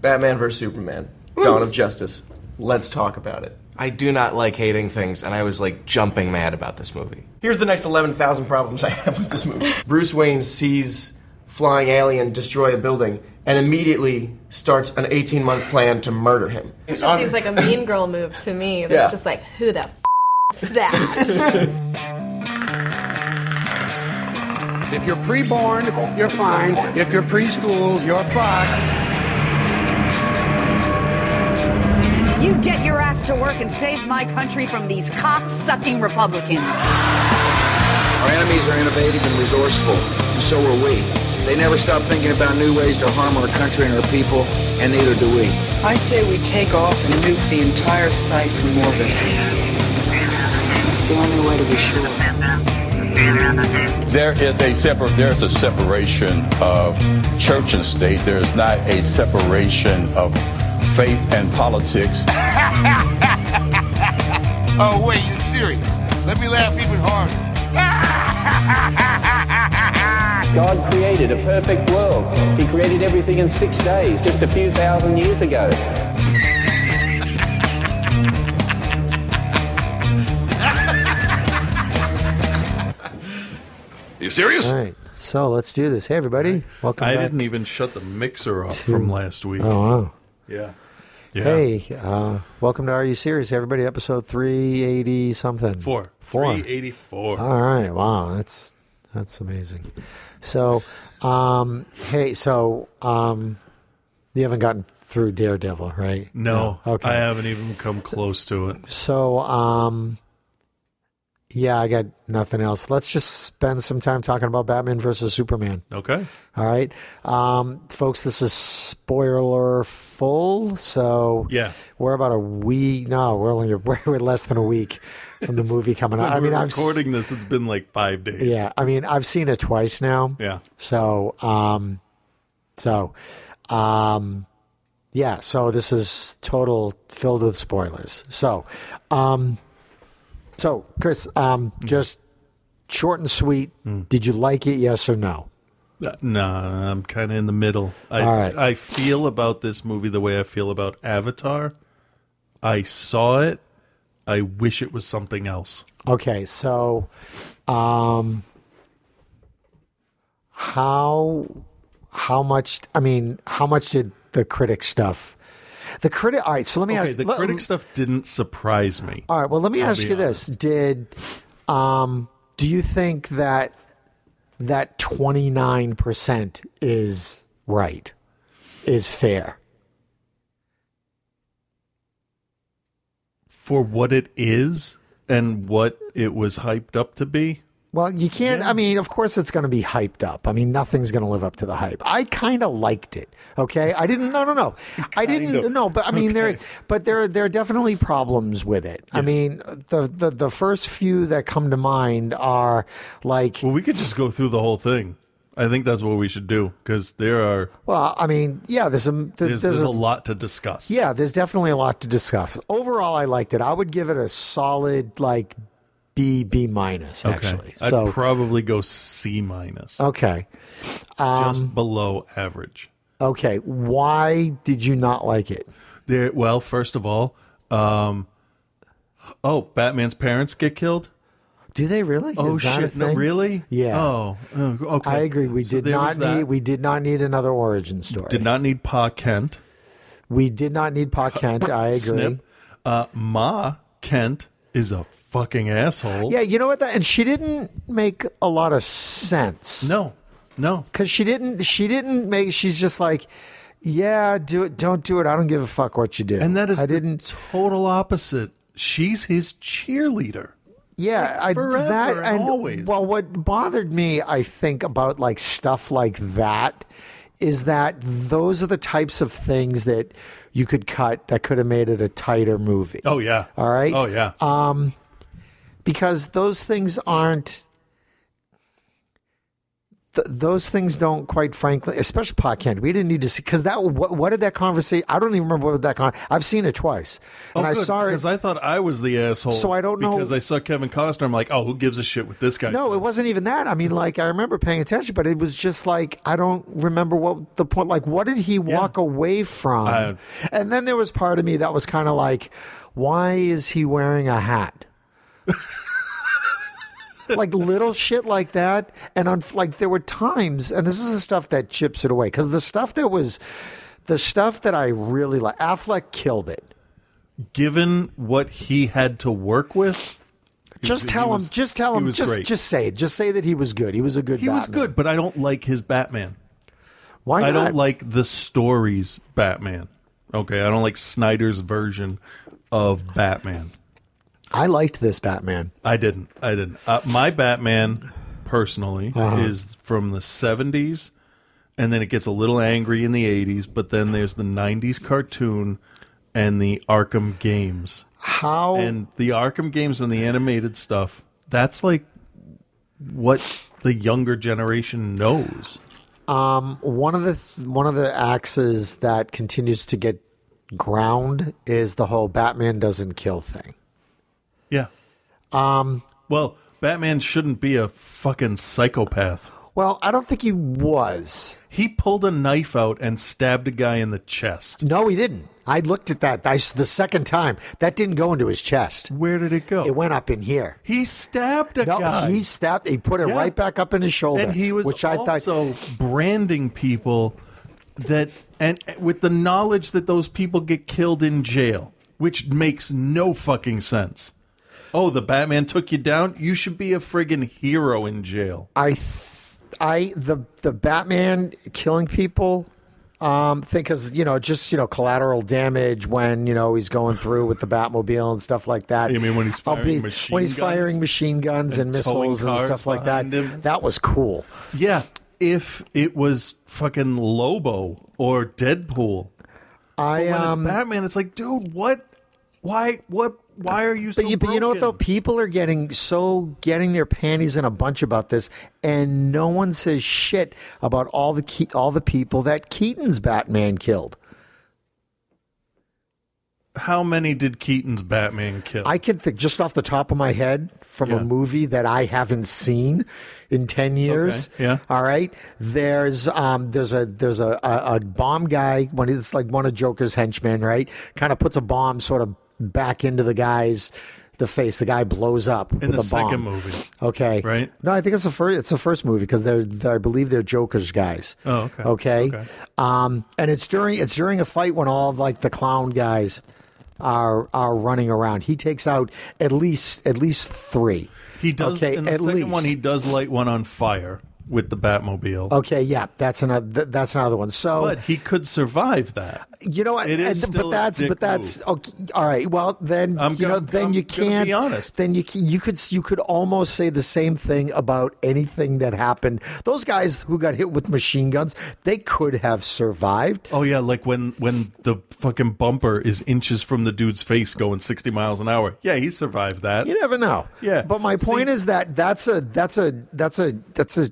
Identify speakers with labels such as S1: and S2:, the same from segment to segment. S1: Batman vs Superman, Dawn of Justice. Let's talk about it.
S2: I do not like hating things, and I was like jumping mad about this movie.
S1: Here's the next 11,000 problems I have with this movie. Bruce Wayne sees flying alien destroy a building and immediately starts an 18 month plan to murder him.
S3: It just seems like a mean girl move to me. That's
S1: Yeah.
S3: just like, who the f- is that?
S4: If you're pre-born, you're fine. If you're preschool, you're fucked.
S5: You get your ass to work and save my country from these cock-sucking Republicans.
S6: Our enemies are innovative and resourceful, and so are we. They never stop thinking about new ways to harm our country and our people, and neither do we.
S7: I say we take off and nuke the entire site from orbit. It's the only way to be sure.
S8: There is a separ- there is a separation of church and state. There is not a separation of faith and politics.
S4: Oh, wait, you're serious. Let me laugh even harder.
S9: God created a perfect world. He created everything in six days, just a few thousand years ago.
S4: You serious?
S10: All right. So let's do this. Hey, everybody. Welcome
S11: I
S10: back.
S11: didn't even shut the mixer off
S10: to-
S11: from last week.
S10: Oh, wow.
S11: Yeah. Yeah.
S10: Hey, uh, welcome to Are You Serious, everybody? Episode 380 something.
S11: Four.
S10: Four.
S11: 384.
S10: All right. Wow. That's that's amazing. So, um, hey, so um, you haven't gotten through Daredevil, right?
S11: No,
S10: Okay.
S11: I haven't even come close to it.
S10: So, um, yeah, I got nothing else. Let's just spend some time talking about Batman versus Superman.
S11: Okay.
S10: All right, um, folks, this is spoiler full. So
S11: Yeah.
S10: we're about a week. No, we're only we're, we're less than a week from the movie coming out. I mean,
S11: We're
S10: I've s-
S11: recording this. It's been like five days.
S10: yeah, I mean, I've seen it twice now.
S11: Yeah.
S10: So, um, so, um, yeah. So this is total filled with spoilers. So, um, so Chris, um,
S11: Mm-hmm.
S10: just short and sweet.
S11: Mm.
S10: Did you like it? Yes or no?
S11: Uh, No, I'm kind of in the middle. I,
S10: All right.
S11: I feel about this movie the way I feel about Avatar. I saw it. I wish it was something else.
S10: Okay, so um how how much I mean, how much did the critic stuff the critic all right, so let me
S11: Okay,
S10: ask
S11: the
S10: let-
S11: critic stuff didn't surprise me.
S10: all right, well let me
S11: I'll
S10: ask
S11: be
S10: you this. Did um do you think that that twenty nine percent is right? Is fair?
S11: For what it is and what it was hyped up to be,
S10: Well, you can't. I mean, of course, it's going to be hyped up. I mean, nothing's going to live up to the hype. I kind of liked it. Okay, I didn't. No, no, no. I didn't.
S11: Kind of.
S10: No, but I mean, there. But there, there are definitely problems with it. I mean, the, the the first few that come to mind are like,
S11: well, we could just go through the whole thing. I think that's what we should do because there are
S10: well, I mean, yeah, there's a
S11: there's, there's a lot to discuss.
S10: Yeah, there's definitely a lot to discuss. Overall, I liked it. I would give it a solid like B B minus actually.
S11: I'd
S10: So Um,
S11: probably go C minus,
S10: okay,
S11: just below average.
S10: okay. Why did you not like it?
S11: There. Well, first of all, um, oh, Batman's parents get killed.
S10: Do they really?
S11: Oh
S10: Is that a
S11: shit! No,
S10: thing?
S11: really?
S10: Yeah.
S11: Oh, oh, okay.
S10: I agree. We
S11: So
S10: did
S11: there was
S10: not
S11: that.
S10: need. We did not need another origin story.
S11: did not need Pa Kent.
S10: We did not need Pa Kent. I agree.
S11: Snip. Uh, Ma Kent is a fucking asshole.
S10: Yeah, you know what? That and she didn't make a lot of sense.
S11: No. No.
S10: because she didn't. She didn't make. She's just like, yeah, do it. Don't do it. I don't give a fuck what you do.
S11: And that is
S10: I
S11: the
S10: didn't.
S11: total opposite. She's his cheerleader.
S10: Yeah, I
S11: forever
S10: that
S11: and
S10: and
S11: always.
S10: Well, what bothered me, I think, about like stuff like that is that those are the types of things that you could cut that could have made it a tighter movie.
S11: Oh yeah.
S10: All right. Um,
S11: Oh yeah.
S10: because those things aren't th- those things don't quite frankly, especially Pot Candy. We didn't need to see because that. What, what did that conversation? I don't even remember what that. Con- I've seen it twice,
S4: Oh,
S10: and I
S4: good,
S10: saw it.
S4: because I thought I was the asshole.
S10: So I don't know-
S4: because I saw Kevin Costner. I'm like, oh, who gives a shit with this guy?
S10: No, it wasn't even that. I mean, like I remember paying attention, but it was just like I don't remember what the point. Like, what did he walk away from?
S4: I-
S10: and then there was part of me that was kind of like, why is he wearing a hat? like little shit like that, and on like there were times, and this is the stuff that chips it away because the stuff that was, the stuff that I really like, Affleck killed it.
S4: Given what he had to work with, he
S10: Just
S4: was-
S10: tell
S4: he
S10: him.
S4: was-
S10: just tell
S4: he
S10: him.
S4: was
S10: Just
S4: great.
S10: just say it. Just say that he was good. He was a good.
S4: he was
S10: Batman.
S4: good, but I don't like his Batman.
S10: Why
S4: I
S10: not?
S4: don't like the stories Batman. Okay, I don't like Snyder's version of Batman.
S10: I liked this Batman.
S4: I didn't. I didn't. Uh, my Batman, personally,
S10: Uh-huh.
S4: is from the seventies, and then it gets a little angry in the eighties. But then there's the nineties cartoon and the Arkham games.
S10: How
S4: and the Arkham games and the animated stuff. That's like what the younger generation knows.
S10: Um, one of the th- one of the axes that continues to get ground is the whole Batman doesn't kill thing.
S4: Yeah.
S10: Um.
S4: Well, Batman shouldn't be a fucking psychopath.
S10: Well, I don't think he was.
S4: He pulled a knife out and stabbed a guy in the chest.
S10: No, he didn't. I looked at that I s the second time. That didn't go into his chest.
S4: Where did it go?
S10: It went up in here.
S4: He stabbed a
S10: no,
S4: guy.
S10: He stabbed. He put it
S4: Yeah.
S10: right back up in his shoulder.
S4: and he was
S10: which I thought.
S4: also branding people that and with the knowledge that those people get killed in jail, which makes no fucking sense. Oh, the Batman took you down. You should be a friggin' hero in jail.
S10: I, th- I the the Batman killing people. Um, think because you know just you know collateral damage when you know he's going through with the Batmobile and stuff like that.
S4: You mean when he's
S10: I'll
S4: firing machine
S10: when he's
S4: guns?
S10: firing machine guns and,
S4: And towing
S10: missiles and
S4: cars
S10: stuff like that?
S4: behind him?
S10: That was cool.
S4: Yeah, if it was fucking Lobo or Deadpool,
S10: I
S4: when
S10: um,
S4: it's Batman, it's like, dude, what? Why? What? Why are you so?
S10: but you, but you know what though?
S4: broken?
S10: People are getting so getting their panties in a bunch about this, and no one says shit about all the Ke- all the people that Keaton's Batman killed.
S4: How many did Keaton's Batman kill?
S10: I can think just off the top of my head from
S4: Yeah.
S10: a movie that I haven't seen in ten years.
S4: Okay, yeah.
S10: All right. There's um there's a there's a, a, a bomb guy when it's like one of Joker's henchmen, right? Kind of puts a bomb sort of back into the guy's the face. The guy blows up
S4: in
S10: with
S4: the
S10: a bomb.
S4: second movie.
S10: Okay.
S4: Right?
S10: No, I think it's the first. It's the first movie because they're, they're I believe they're Joker's guys.
S4: Oh, okay.
S10: Okay.
S4: Okay.
S10: Um, and it's during it's during a fight when all of, like the clown guys are are running around. He takes out at least at least three.
S4: He does
S10: Okay,
S4: in the
S10: at
S4: second one.
S10: least.
S4: He does light one on fire with the Batmobile,
S10: Okay. Yeah. That's another. th- That's another one. So
S4: but he could survive that.
S10: you know, what?
S4: it is
S10: And-
S4: still
S10: but
S4: a
S10: that's
S4: dick
S10: but that's
S4: move.
S10: okay. All right. Well, then
S4: I'm
S10: you
S4: gonna-
S10: know, then
S4: I'm
S10: you
S4: gonna be
S10: can't.
S4: honest.
S10: Then you ca- you could you could almost say the same thing about anything that happened. Those guys who got hit with machine guns, they could have survived.
S4: Oh yeah, like when when the fucking bumper is inches from the dude's face, going sixty miles an hour. Yeah, he survived that.
S10: You never know.
S4: Yeah.
S10: But my point
S4: See-
S10: is that that's a that's a that's a that's a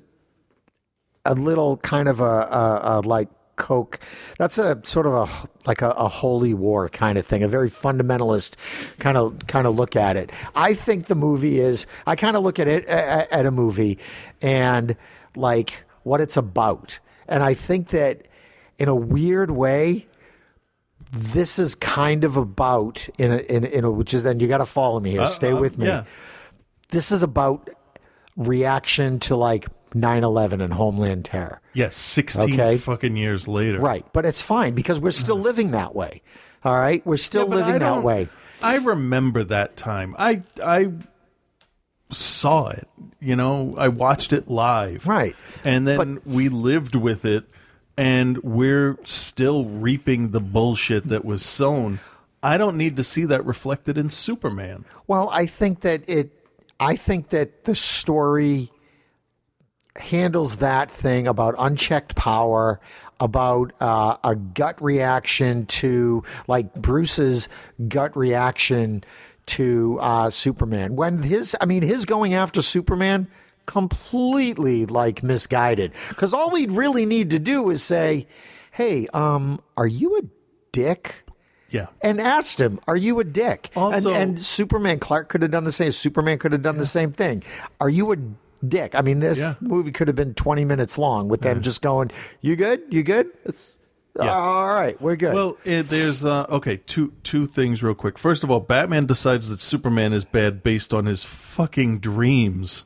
S10: a little kind of a, a, a like coke. That's a sort of a like a, a holy war kind of thing. A very fundamentalist kind of kind of look at it. I think the movie is. I kind of look at it at, at a movie and like what it's about. And I think that in a weird way, this is kind of about in a, in a- in a, which is then you got to follow me here.
S4: Uh,
S10: Stay
S4: uh,
S10: with me.
S4: yeah.
S10: This is about reaction to like 9/11 and Homeland Terror.
S4: Yes, sixteen
S10: Okay.
S4: fucking years later.
S10: Right, but it's fine because we're still living that way. All right, we're still
S4: Yeah, but I
S10: living that
S4: don't-
S10: way.
S4: I remember that time. I I saw it. You know, I watched it live.
S10: Right.
S4: And then we lived with it and we're still reaping the bullshit that was sown. I don't need to see that reflected in Superman.
S10: Well, I think that it. I think that the story handles that thing about unchecked power, about uh, a gut reaction to like Bruce's gut reaction to uh, Superman. When his, I mean, his going after Superman completely like misguided. Because all we really need to do is say, "Hey, um, are you a dick?"
S4: Yeah.
S10: And asked him, "Are you a dick?" Also, and, and Superman Clark could have done the same. Superman could have done the same thing. Are you a dick? I mean, this
S4: Yeah.
S10: movie could have been twenty minutes long with them just going, "You good? You good?" It's all right. We're good.
S4: Well, eh, there's uh, okay. Two two things real quick. First of all, Batman decides that Superman is bad based on his fucking dreams.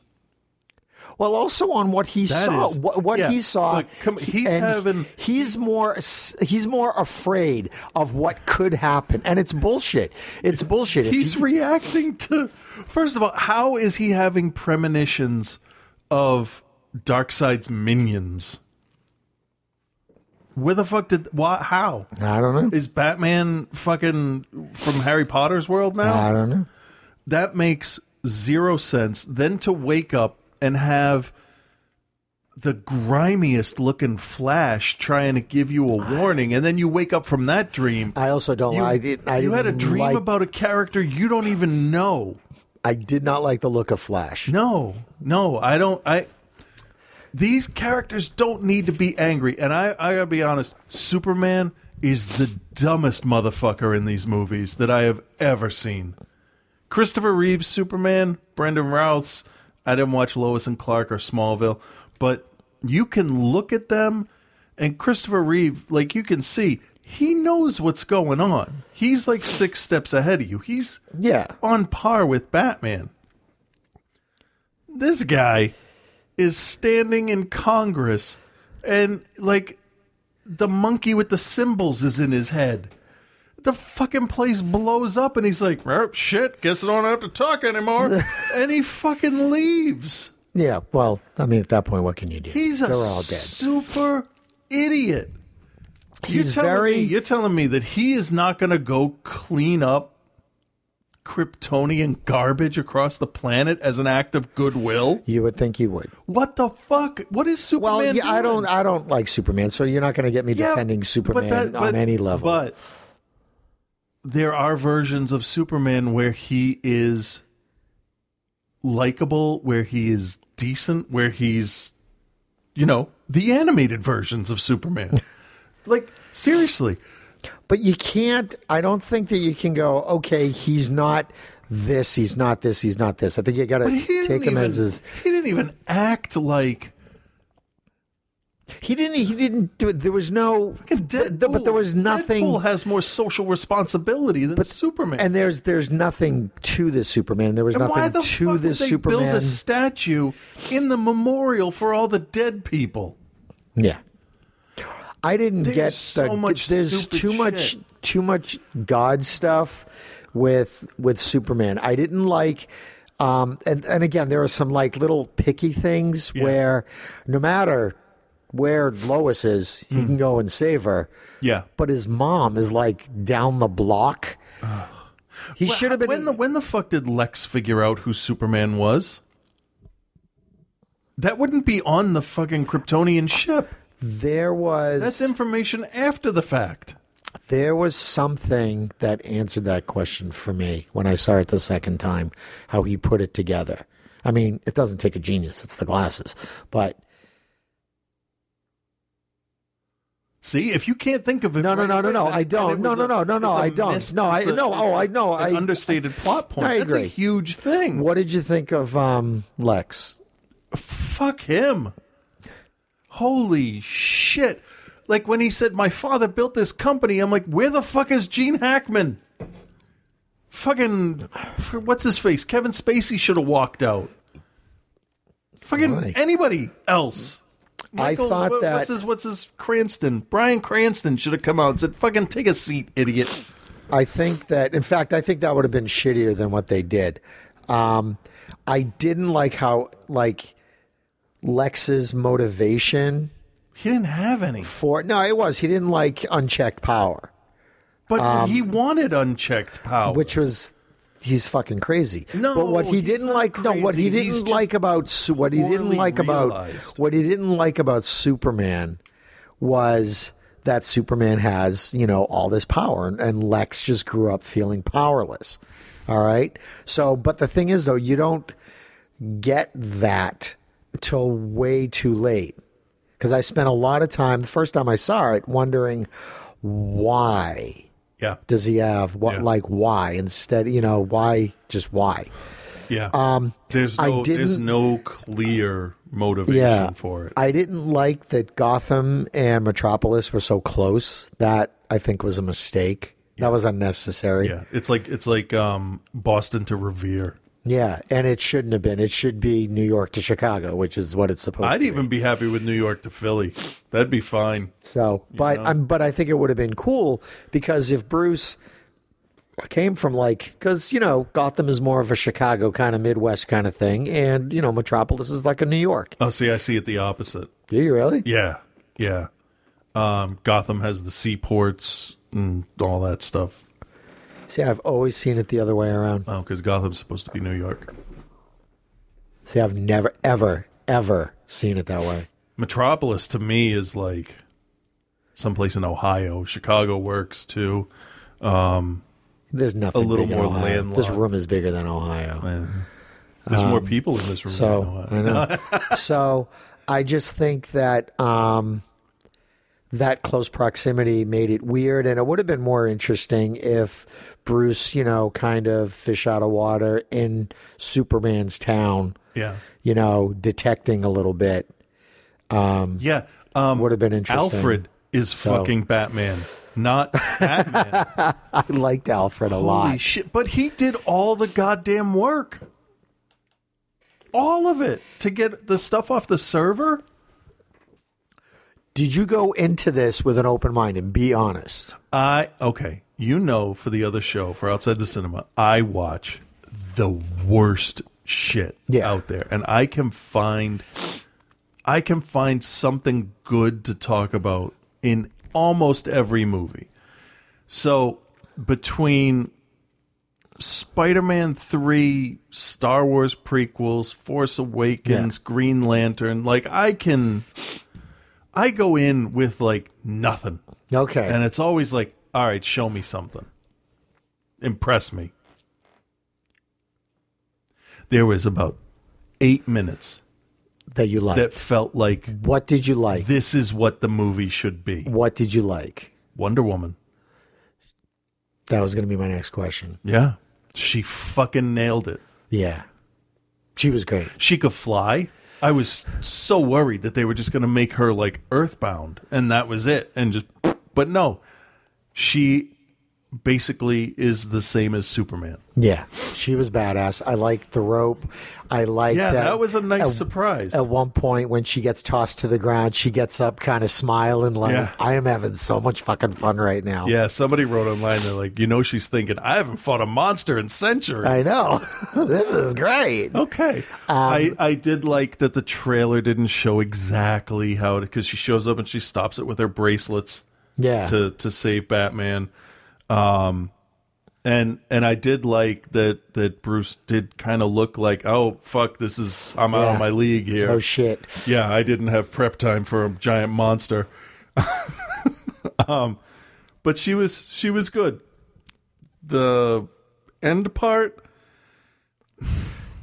S10: Well, also on what he
S4: That
S10: saw,
S4: is-
S10: what, what
S4: yeah.
S10: he saw,
S4: Look, come- he's
S10: and
S4: having-
S10: he's more s- he's more afraid of what could happen, and it's bullshit. It's bullshit. If
S4: He's
S10: he-
S4: reacting to. First of all, how is he having premonitions of Darkseid's minions? Where the fuck did why how?
S10: I don't know.
S4: Is Batman fucking from Harry Potter's world now?
S10: I don't know.
S4: That makes zero sense. Then to wake up and have the grimiest looking flash trying to give you a warning, and then you wake up from that dream.
S10: I also don't.
S4: You,
S10: I did. I
S4: you had a
S10: didn't
S4: dream
S10: like-
S4: about a character you don't even know.
S10: I did not like the look of Flash.
S4: No, no, I don't. I these characters don't need to be angry, and I, I gotta be honest. Superman is the dumbest motherfucker in these movies that I have ever seen. Christopher Reeve's Superman, Brendan Routh's. I didn't watch Lois and Clark or Smallville, but you can look at them, and Christopher Reeve, like you can see, he knows what's going on. He's like six steps ahead of you. He's
S10: yeah
S4: on par with Batman. This guy is standing in Congress, and like the monkey with the symbols is in his head. The fucking place blows up, and he's like, "Oh, shit, guess I don't have to talk anymore. and he fucking leaves.
S10: Yeah. Well, I mean, at that point, what can you do?
S4: He's a
S10: They're all dead.
S4: super idiot.
S10: He's
S4: telling
S10: very-
S4: me- you're telling me that he is not going to go clean up Kryptonian garbage across the planet as an act of goodwill?
S10: You would think you would.
S4: What the fuck? What is Superman?
S10: Well, yeah, I
S4: doing?
S10: don't. I don't like Superman, so you're not going to get me
S4: Yeah,
S10: defending
S4: but
S10: Superman
S4: that-
S10: on
S4: but-
S10: any level.
S4: But there are versions of Superman where he is likable, where he is decent, where he's, you know, the animated versions of Superman. like, seriously.
S10: But you can't. I don't think that you can go. Okay, he's not this. He's not this. He's not this. I think you got to
S4: But he didn't
S10: take him
S4: even,
S10: as his.
S4: he didn't even act like
S10: He didn't. He didn't do it. There was no. th- th- but there was nothing.
S4: Deadpool has more social responsibility than Superman.
S10: and there's there's nothing to this Superman. There was
S4: And
S10: nothing
S4: why the
S10: to
S4: fuck
S10: this
S4: would they
S10: Superman.
S4: build a statue in the memorial for all the dead people?
S10: Yeah. I didn't
S4: There's
S10: get the,
S4: so much
S10: there's
S4: stupid
S10: too much
S4: shit.
S10: too much god stuff with with Superman. I didn't like um and and again there are some like little picky things where no matter where Lois is, he can go and save her.
S4: Hmm. Yeah.
S10: But his mom is like down the block. He should have been
S4: When the when the fuck did Lex figure out who Superman was? That wouldn't be on the fucking Kryptonian ship.
S10: there was
S4: That's information after the fact.
S10: There was something that answered that question for me when I saw it the second time, how he put it together. I mean, it doesn't take a genius, it's the glasses. But
S4: See, if you can't think of it,
S10: no, no,
S4: right
S10: no, no,
S4: away,
S10: no,
S4: then-
S10: I
S4: then
S10: don't.
S4: it
S10: No,
S4: was
S10: no,
S4: a-
S10: no, no, no,
S4: it's a
S10: I don't.
S4: mis-
S10: no, I
S4: it's a-
S10: no. Oh, I know.
S4: an
S10: I
S4: understated plot point.
S10: I
S4: That's a
S10: agree.
S4: huge thing.
S10: What did you think of um, Lex?
S4: fuck him. Holy shit. Like when he said, My father built this company, I'm like, Where the fuck is Gene Hackman? Fucking, what's his face? Kevin Spacey should have walked out. Fucking
S10: Why?
S4: anybody else. Michael-
S10: I thought
S4: what-
S10: that
S4: What's his, what's his, Cranston? Brian Cranston should have come out and said, Fucking take a seat, idiot.
S10: I think that, in fact, I think that would have been shittier than what they did. Um, I didn't like how like Lex's motivation
S4: He didn't have any.
S10: for no, it was he didn't like unchecked power.
S4: But he wanted unchecked power.
S10: Um, which was he's fucking crazy.
S4: No,
S10: but what he
S4: he's
S10: didn't
S4: not
S10: like, no, what
S4: crazy.
S10: he
S4: He's
S10: didn't
S4: just
S10: like about Su- what he didn't
S4: poorly
S10: like
S4: realized.
S10: about what he didn't like about Superman was that Superman has you know all this power, and, and Lex just grew up feeling powerless. All right, so but the thing is though, you don't get that till way too late because I spent a lot of time the first time I saw it wondering why.
S4: Yeah.
S10: Does he have what? Like why instead? You know why? Just why?
S4: Yeah.
S10: Um,
S4: there's
S10: I
S4: no there's
S10: didn't-
S4: no clear motivation for it.
S10: I didn't like that Gotham and Metropolis were so close. That I think was a mistake. That was unnecessary.
S4: Yeah. It's like it's like um Boston to Revere.
S10: Yeah, and it shouldn't have been. It should be New York to Chicago, which is what it's supposed
S4: I'd
S10: to be.
S4: even be happy with New York to Philly. That'd be fine.
S10: So, but
S4: know?
S10: um, but I think it would have been cool because if Bruce came from like because you know Gotham is more of a Chicago kind of Midwest kind of thing, and you know Metropolis is like a New York.
S4: Oh, see, I see it the opposite.
S10: Do you really?
S4: Yeah, yeah. Um, Gotham has the seaports and all that stuff.
S10: See, I've always seen it the other way around.
S4: Oh, because Gotham's supposed to be New York.
S10: See, I've never ever ever seen it that way.
S4: Metropolis to me is like someplace in Ohio. Chicago works too. Um,
S10: There's nothing.
S4: A little
S10: big in
S4: more
S10: Ohio.
S4: landlocked.
S10: This room is bigger than Ohio.
S4: There's more people in this room than
S10: Um, So
S4: Ohio.
S10: I know. so I just think that um, that close proximity made it weird, and it would have been more interesting if Bruce, you know, kind of fish out of water in Superman's town.
S4: Yeah.
S10: you know, detecting a little bit. Um,
S4: yeah, um,
S10: would have been interesting.
S4: Alfred is
S10: So-
S4: fucking Batman, not Batman.
S10: I liked Alfred a
S4: Holy
S10: lot.
S4: shit! But he did all the goddamn work, all of it to get the stuff off the server.
S10: Did you go into this with an open mind and be honest?
S4: I okay. You know, for the other show, for outside the cinema, I watch the worst shit out there, and I can find, I can find something good to talk about in almost every movie. So between Spider-Man three, Star Wars prequels, Force Awakens, Green Lantern, like I can, I go in with like nothing.
S10: Okay.
S4: And it's always like, all right, show me something. Impress me. There was about eight minutes
S10: that you liked.
S4: that felt like.
S10: What did you like?
S4: This is what the movie should be.
S10: What did you like?
S4: Wonder Woman.
S10: That was going to be my next question.
S4: Yeah. She fucking nailed it.
S10: Yeah. She was great.
S4: She could fly. I was so worried that they were just going to make her like earthbound and that was it. And just, but no, she basically is the same as Superman.
S10: Yeah, she was badass. I liked the rope. I like
S4: Yeah,
S10: that.
S4: that was a nice
S10: at-
S4: surprise.
S10: At one point, when she gets tossed to the ground, she gets up, kind of smiling, like
S4: Yeah.
S10: I am having so much fucking fun right now.
S4: Yeah, somebody wrote online. They're like, you know, she's thinking, I haven't fought a monster in centuries.
S10: I Um, know. this is great.
S4: Okay. I, I did like that the trailer didn't show exactly how it because she shows up and she stops it with her bracelets.
S10: Yeah.
S4: To to save Batman, um, and and I did like that that Bruce did kind of look like, oh fuck, this is I'm out
S10: Yeah.
S4: of my league here.
S10: Oh shit.
S4: Yeah, I didn't have prep time for a giant monster. um, but she was she was good. The end part,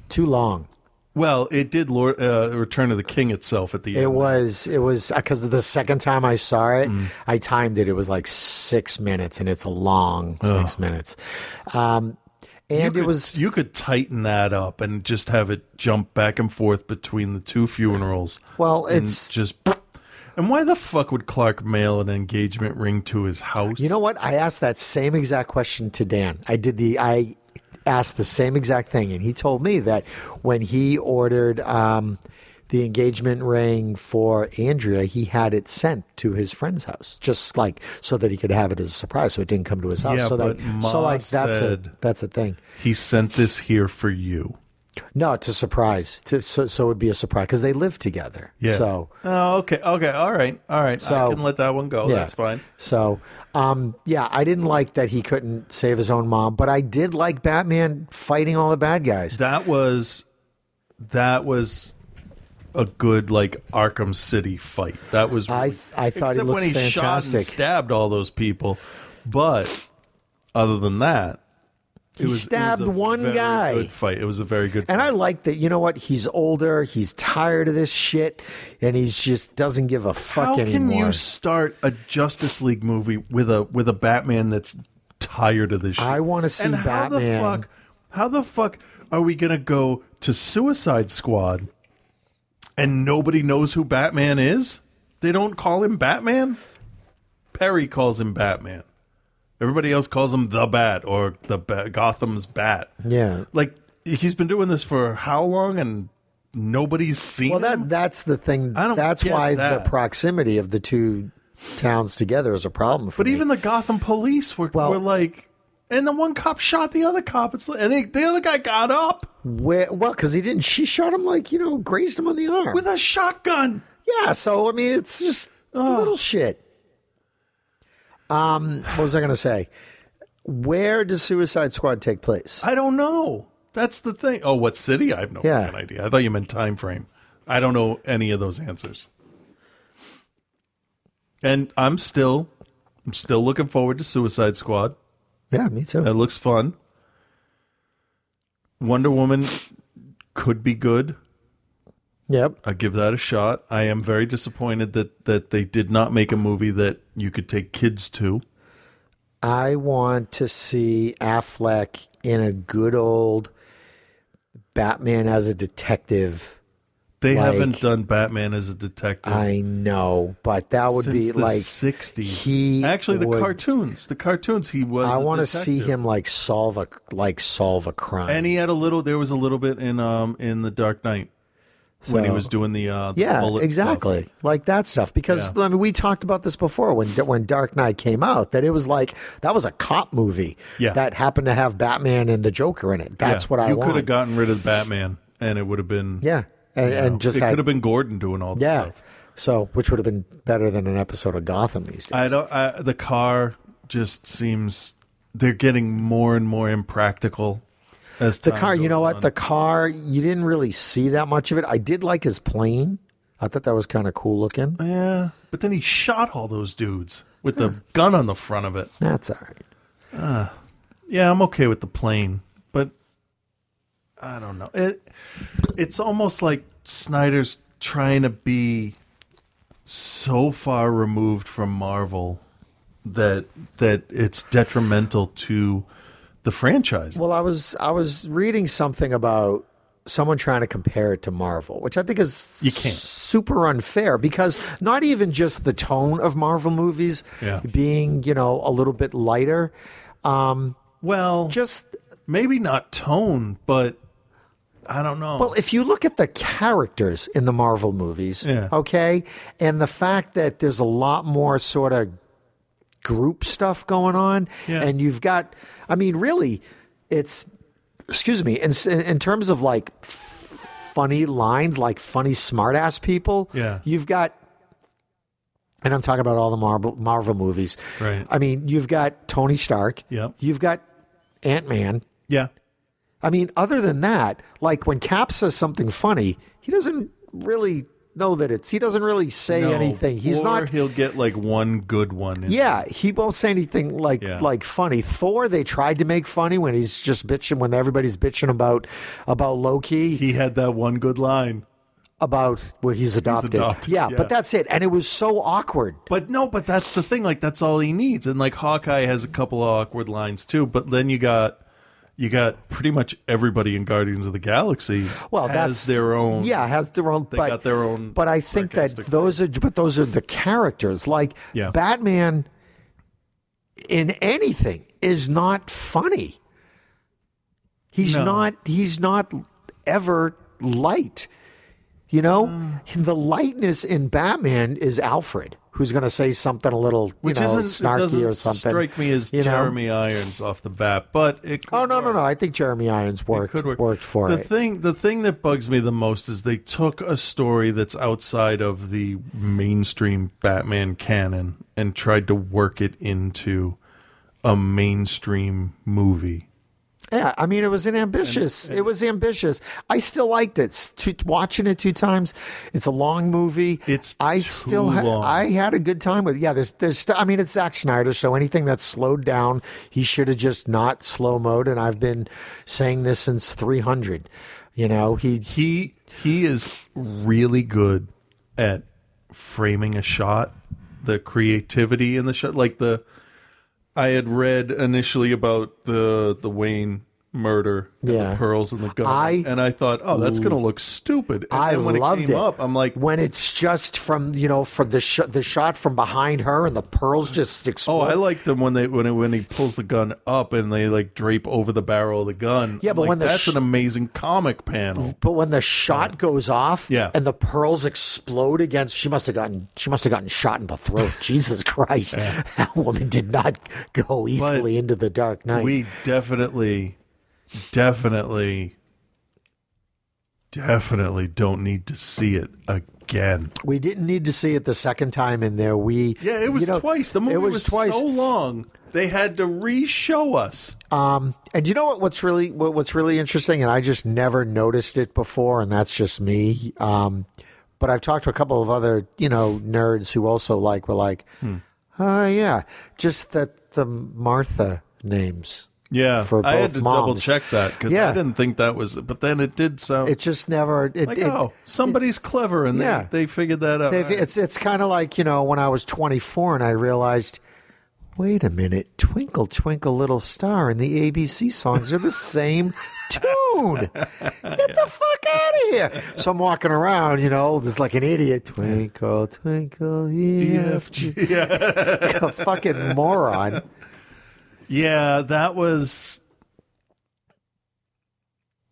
S10: Too long.
S4: well, it did Lord uh, Return of the King itself at the
S10: It
S4: end.
S10: was. It was because the second time I saw it,
S4: Mm.
S10: I timed it. It was like six minutes, and it's a long six minutes. Um,
S4: You
S10: and it
S4: could-
S10: was
S4: you could tighten that up and just have it jump back and forth between the two funerals.
S10: Well,
S4: and
S10: it's-
S4: just and why the fuck would Clark mail an engagement ring to his house?
S10: You know what? I asked that same exact question to Dan. I did the I asked the same exact thing, and he told me that when he ordered um, the engagement ring for Andrea, he had it sent to his friend's house, just like so that he could have it as a surprise, so it didn't come to his house.
S4: Yeah,
S10: so that,
S4: but Ma
S10: so like that's
S4: said-
S10: a that's a thing.
S4: He sent this here for you.
S10: No, it's a surprise. To, so so it would be a surprise because they live together.
S4: Yeah.
S10: So
S4: Oh, okay, okay, all right, all right.
S10: So-
S4: I can let that one go.
S10: Yeah.
S4: Oh, That's fine.
S10: So, um, yeah, I didn't like that he couldn't save his own mom, but I did like Batman fighting all the bad guys.
S4: That was that was a good like Arkham City fight. That was
S10: I-
S4: really-
S10: I thought he
S4: except when
S10: looked
S4: he shot
S10: fantastic.
S4: and stabbed all those people. But other than that,
S10: He stabbed
S4: a
S10: one
S4: very
S10: guy.
S4: Good fight. It was a very good.
S10: And I like that. You know what? He's older. He's tired of this shit, and he just doesn't give a fuck
S4: How can
S10: anymore.
S4: you start a Justice League movie with a with a Batman that's tired of this shit? I
S10: want to see
S4: and how
S10: Batman.
S4: The fuck, how the fuck are we going to go to Suicide Squad and nobody knows who Batman is? They don't call him Batman? Perry calls him Batman. Everybody else calls him the Bat or the ba- Gotham's Bat.
S10: yeah.
S4: Like he's been doing this for how long and nobody's seen
S10: Well,
S4: him?
S10: that that's the thing.
S4: I don't
S10: That's
S4: get
S10: why
S4: that.
S10: the proximity of the two towns together is a problem for
S4: But even the Gotham police were, were like, and the one cop shot the other cop. It's like, and he, the other guy got up
S10: Where, well, because he didn't. She shot him like you know, grazed him on the arm
S4: with a shotgun.
S10: Yeah. So I mean, it's just little shit. Um, what was I going to say? Where does Suicide Squad take place?
S4: I don't know. That's the thing. Oh, what city? I have no
S10: Yeah.
S4: fucking idea. I thought you meant time frame. I don't know any of those answers. And I'm still, I'm still looking forward to Suicide Squad.
S10: Yeah, me too.
S4: It looks fun. Wonder Woman could be good.
S10: Yep.
S4: I give that a shot. I am very disappointed that that they did not make a movie that you could take kids to.
S10: I want to see Affleck in a good old Batman as a detective.
S4: They
S10: Like-
S4: haven't done Batman as a detective.
S10: I know, but that would
S4: since
S10: be
S4: the
S10: like
S4: 60s.
S10: He
S4: Actually, the
S10: would-
S4: cartoons, the cartoons, he was.
S10: I
S4: a
S10: want to see
S4: detective.
S10: him like solve a like solve a crime.
S4: And he had a little. There was a little bit in um in the Dark Knight when he
S10: So-
S4: was doing the uh the
S10: yeah,
S4: bullet
S10: exactly, like that stuff. Because I mean, we talked about this before when when Dark Knight came out that it was like that was a cop movie
S4: Yeah.
S10: that happened to have Batman and the Joker in it. That's
S4: Yeah,
S10: what I
S4: You could
S10: want.
S4: have gotten rid of Batman, and it would have been
S10: Yeah, and-
S4: you
S10: and just
S4: it
S10: had-
S4: could have been Gordon doing all. the
S10: yeah, so which would have been better than an episode of Gotham these days.
S4: I don't. I, the car just seems they're getting more and more impractical. As
S10: The
S4: time
S10: car, you
S4: goes
S10: know what?
S4: on.
S10: The car, you didn't really see that much of it. I did like his plane. I thought that was kind of cool looking.
S4: Yeah, but then he shot all those dudes with the gun on the front of it.
S10: That's all right.
S4: Uh, yeah, I'm okay with the plane, but I don't know. It it's almost like Snyder's trying to be so far removed from Marvel that that it's detrimental to the franchise.
S10: Well, I was I was reading something about someone trying to compare it to Marvel, which I think is
S4: You can't.
S10: super unfair because not even just the tone of Marvel movies
S4: Yeah.
S10: being you know a little bit lighter. Um,
S4: well,
S10: just
S4: maybe not tone, but I don't know.
S10: Well, if you look at the characters in the Marvel movies,
S4: Yeah.
S10: okay, and the fact that there's a lot more sort of group stuff going on,
S4: Yeah.
S10: and you've got, I mean, really, it's, excuse me, in, in terms of like f- funny lines, like funny smartass people,
S4: Yeah.
S10: you've got, and I'm talking about all the Marvel, Marvel movies.
S4: Right.
S10: I mean, you've got Tony Stark.
S4: Yep.
S10: You've got Ant Man.
S4: Yeah.
S10: I mean, other than that, like when Cap says something funny, he doesn't really know that it's. He doesn't really say
S4: No,
S10: anything. He's
S4: or
S10: not.
S4: He'll get like one good one. in
S10: Yeah, he won't say anything like
S4: Yeah.
S10: like funny. Thor, they tried to make funny when he's just bitching when everybody's bitching about about Loki.
S4: He had that one good line
S10: about where he's adopted.
S4: adopted,
S10: yeah,
S4: yeah.
S10: but that's it, and it was so awkward.
S4: But no, but that's the thing. Like that's all he needs. And like Hawkeye has a couple of awkward lines too. But then you got you got pretty much everybody in Guardians of the Galaxy.
S10: Well,
S4: has
S10: that's
S4: their own.
S10: Yeah, has their own.
S4: They
S10: but,
S4: got their own
S10: But I think that those are, but those are the characters. Like
S4: Yeah.
S10: Batman, in anything, is not funny. He's
S4: No.
S10: not. He's not ever light. You know,
S4: Mm.
S10: the lightness in Batman is Alfred, who's going to say something a little, you
S4: which
S10: know,
S4: isn't it doesn't
S10: snarky or something.
S4: Strike me as
S10: you know?
S4: Jeremy Irons off the bat, but it could
S10: Oh no, no, no! I think Jeremy Irons worked
S4: could work.
S10: worked for
S4: the
S10: it.
S4: thing the thing that bugs me the most is they took a story that's outside of the mainstream Batman canon and tried to work it into a mainstream movie.
S10: Yeah, I mean, it was an ambitious. it was ambitious. I still liked it. S- Two, watching it two times, it's a long movie. It's I still ha-
S4: long.
S10: I had a good time with. it. Yeah, there's there's. st- I mean, it's Zack Snyder, so anything that's slowed down, he should have just not slow mode. And I've been saying this since 300. You know, he
S4: he he is really good at framing a shot, the creativity in the shot. Like the, I had read initially about the the Wayne murder, and
S10: Yeah.
S4: the pearls and the gun,
S10: I-
S4: and I thought, oh, that's gonna look stupid. And
S10: I
S4: then when
S10: loved
S4: it came up,
S10: I'm like when it's just from you know from the sh- the shot from behind her and the pearls just explode.
S4: Oh, I like them when they when it, when he pulls the gun up and they like drape over the barrel of the gun.
S10: Yeah,
S4: I'm
S10: but
S4: like,
S10: when the
S4: that's
S10: sh-
S4: an amazing comic panel.
S10: But when the shot goes off,
S4: Yeah.
S10: and the pearls explode against, she must have gotten she must have gotten shot in the throat. Jesus Christ, that woman did not go easily into the dark night.
S4: We definitely, definitely, definitely don't need to see it again.
S10: We didn't need to see it the second time in there. We
S4: Yeah, it was
S10: you know,
S4: twice. The movie
S10: it
S4: was,
S10: was, twice.
S4: so long they had to re-show us.
S10: Um, and you know what? What's really what, what's really interesting, and I just never noticed it before, and that's just me. Um, but I've talked to a couple of other you know nerds who also like were like,
S4: Hmm.
S10: uh, yeah, just that the Martha names.
S4: Yeah,
S10: for
S4: I had
S10: both
S4: to
S10: moms.
S4: double check that because
S10: Yeah.
S4: I didn't think that was. But then it did sound.
S10: It just never. It,
S4: like
S10: it-
S4: oh, somebody's clever and
S10: Yeah.
S4: they, they figured that out.
S10: they've-
S4: All right.
S10: It's it's kind of like you know when I was 24 and I realized. Wait a minute, Twinkle Twinkle Little Star and the ABC songs are the same tune. Get the fuck out of here. So I'm walking around, you know, just like an idiot. Twinkle, twinkle, EFG. Like a fucking moron.
S4: Yeah, that was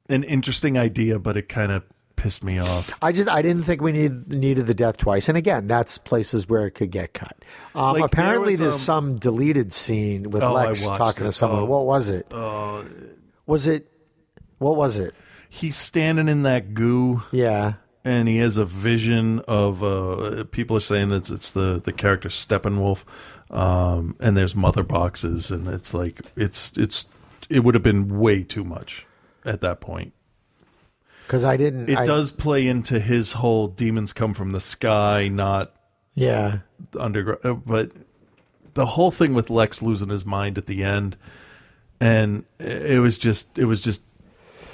S4: an interesting idea, but it kind of pissed me off.
S10: I just, I didn't think we need, needed the death twice. And again, that's places where it could get cut. Um,
S4: Like, there
S10: apparently,
S4: was,
S10: there's
S4: um,
S10: some deleted scene with
S4: Oh, I
S10: Lex
S4: watched
S10: talking
S4: it.
S10: to someone.
S4: Oh.
S10: What was it?
S4: Uh,
S10: Was it, what was it?
S4: he's standing in that goo.
S10: Yeah.
S4: And he has a vision of uh, people are saying it's it's the the character Steppenwolf, um, and there's mother boxes, and it's like it's it's it would have been way too much at that point.
S10: Because I didn't.
S4: It
S10: I-
S4: does play into his whole demons come from the sky, not
S10: Yeah.
S4: underground. uh, But the whole thing with Lex losing his mind at the end, and it was just it was just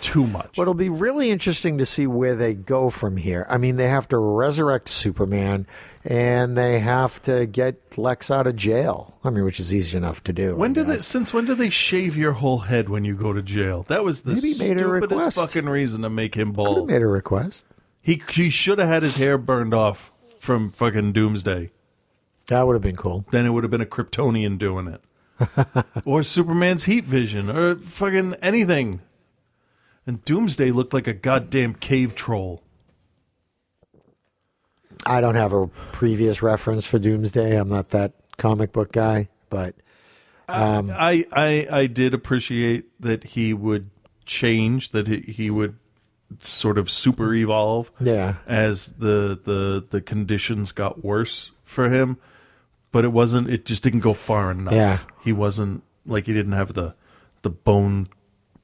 S4: too much.
S10: What'll be really interesting to see where they go from here. I mean, they have to resurrect Superman, and they have to get Lex out of jail. I mean, which is easy enough to do.
S4: When do they? Since when do they shave your whole head when you go to jail? That was the
S10: Maybe he made a
S4: stupidest
S10: request.
S4: fucking reason to make him
S10: Could have
S4: bald.
S10: made a request.
S4: He he should have had his hair burned off from fucking Doomsday.
S10: That would have been cool.
S4: Then it would have been a Kryptonian doing it, or Superman's heat vision, or fucking anything. And Doomsday looked like a goddamn cave troll.
S10: I don't have a previous reference for Doomsday. I'm not that comic book guy, but um,
S4: I, I I did appreciate that he would change, that he, he would sort of super evolve.
S10: Yeah.
S4: As the the the conditions got worse for him, but it wasn't. It just didn't go far enough.
S10: Yeah.
S4: He wasn't like he didn't have the the bone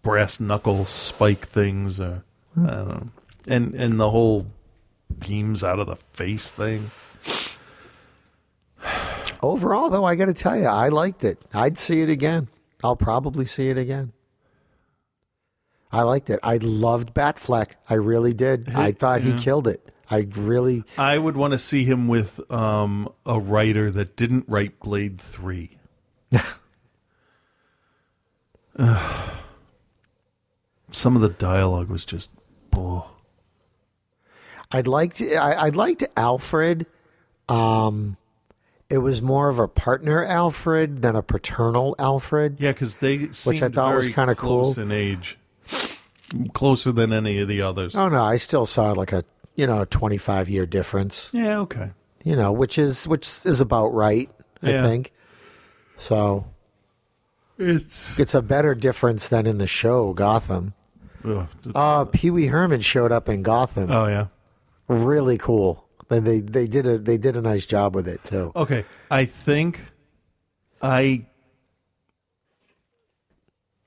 S4: brass knuckle spike things or I don't know. And and the whole beams out of the face thing.
S10: overall, though, I got to tell you, I liked it. I'd see it again. I'll probably see it again. I liked it. I loved Batfleck. I really did. I thought
S4: yeah.
S10: he killed it. I really.
S4: I would want to see him with um, a writer that didn't write Blade Three. Ugh. Some of the dialogue was just, oh,
S10: I'd like to. I, I'd like to Alfred. Um, it was more of a partner Alfred than a paternal Alfred.
S4: yeah, because they seemed
S10: I thought was
S4: very
S10: kinda
S4: close
S10: cool.
S4: in age, closer than any of the others.
S10: Oh no, I still saw like a you know twenty five year difference.
S4: Yeah, okay.
S10: You know, which is which is about right, I
S4: Yeah.
S10: think. So
S4: it's
S10: it's a better difference than in the show Gotham.
S4: Ugh.
S10: Uh, Pee Wee Herman showed up in Gotham.
S4: Oh yeah,
S10: really cool. They, they they did a they did a nice job with it too.
S4: Okay, I think I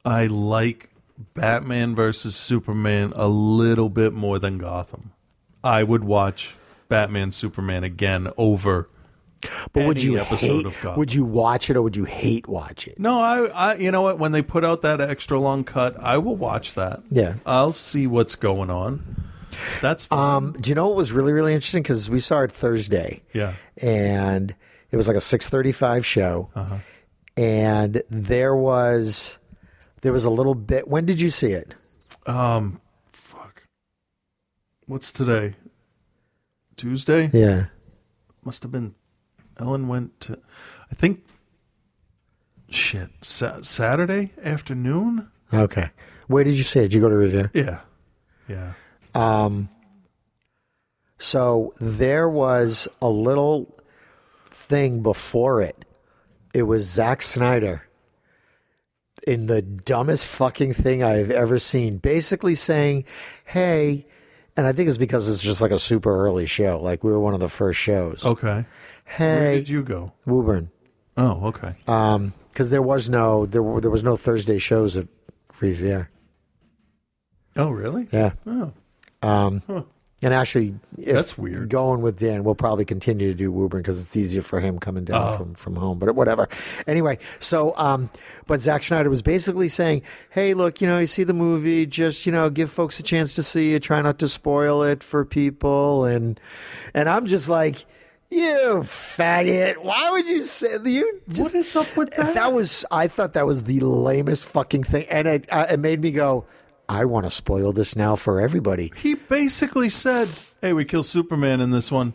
S4: I like Batman versus Superman a little bit more than Gotham. I would watch Batman Superman again over.
S10: But would
S4: any
S10: you
S4: episode
S10: hate?
S4: of Gotham.
S10: Would you watch it or would you hate watch it?
S4: No, I, I, you know what? When they put out that extra long cut, I will watch that.
S10: Yeah.
S4: I'll see what's going on. That's
S10: Um, do you know what was really really interesting? Because we saw it Thursday.
S4: Yeah.
S10: and it was like a six thirty five show,
S4: Uh-huh.
S10: and there was there was a little bit. When did you see it?
S4: Um, what's today? Tuesday.
S10: Yeah.
S4: Must have been. Ellen went to. I think. Shit, sa- Saturday afternoon.
S10: Okay, where did you see it? Did you go to review?
S4: Yeah. Yeah.
S10: Um, so there was a little thing before it. It was Zack Snyder in the dumbest fucking thing I've ever seen, basically saying, Hey, and I think it's because it's just like a super early show. Like we were one of the first shows.
S4: Okay.
S10: Hey,
S4: Where did you go?
S10: Woburn.
S4: Oh, okay.
S10: Um, because there was no there were, there was no Thursday shows at Riviera.
S4: Oh, really?
S10: Yeah.
S4: Oh.
S10: Um,
S4: Huh.
S10: And actually, if
S4: That's weird.
S10: Going with Dan, we'll probably continue to do Woburn because it's easier for him coming down
S4: Oh.
S10: from, from home. But whatever. Anyway, so um, but Zack Snyder was basically saying, "Hey, look, you know, you see the movie, just you know, give folks a chance to see it. Try not to spoil it for people." And and I'm just like. You faggot! Why would you say you? Just, what is
S4: up with
S10: that? That was I thought that was the lamest fucking thing, and it uh, it made me go, I want to spoil this now for everybody.
S4: He basically said, "Hey, we kill Superman in this one."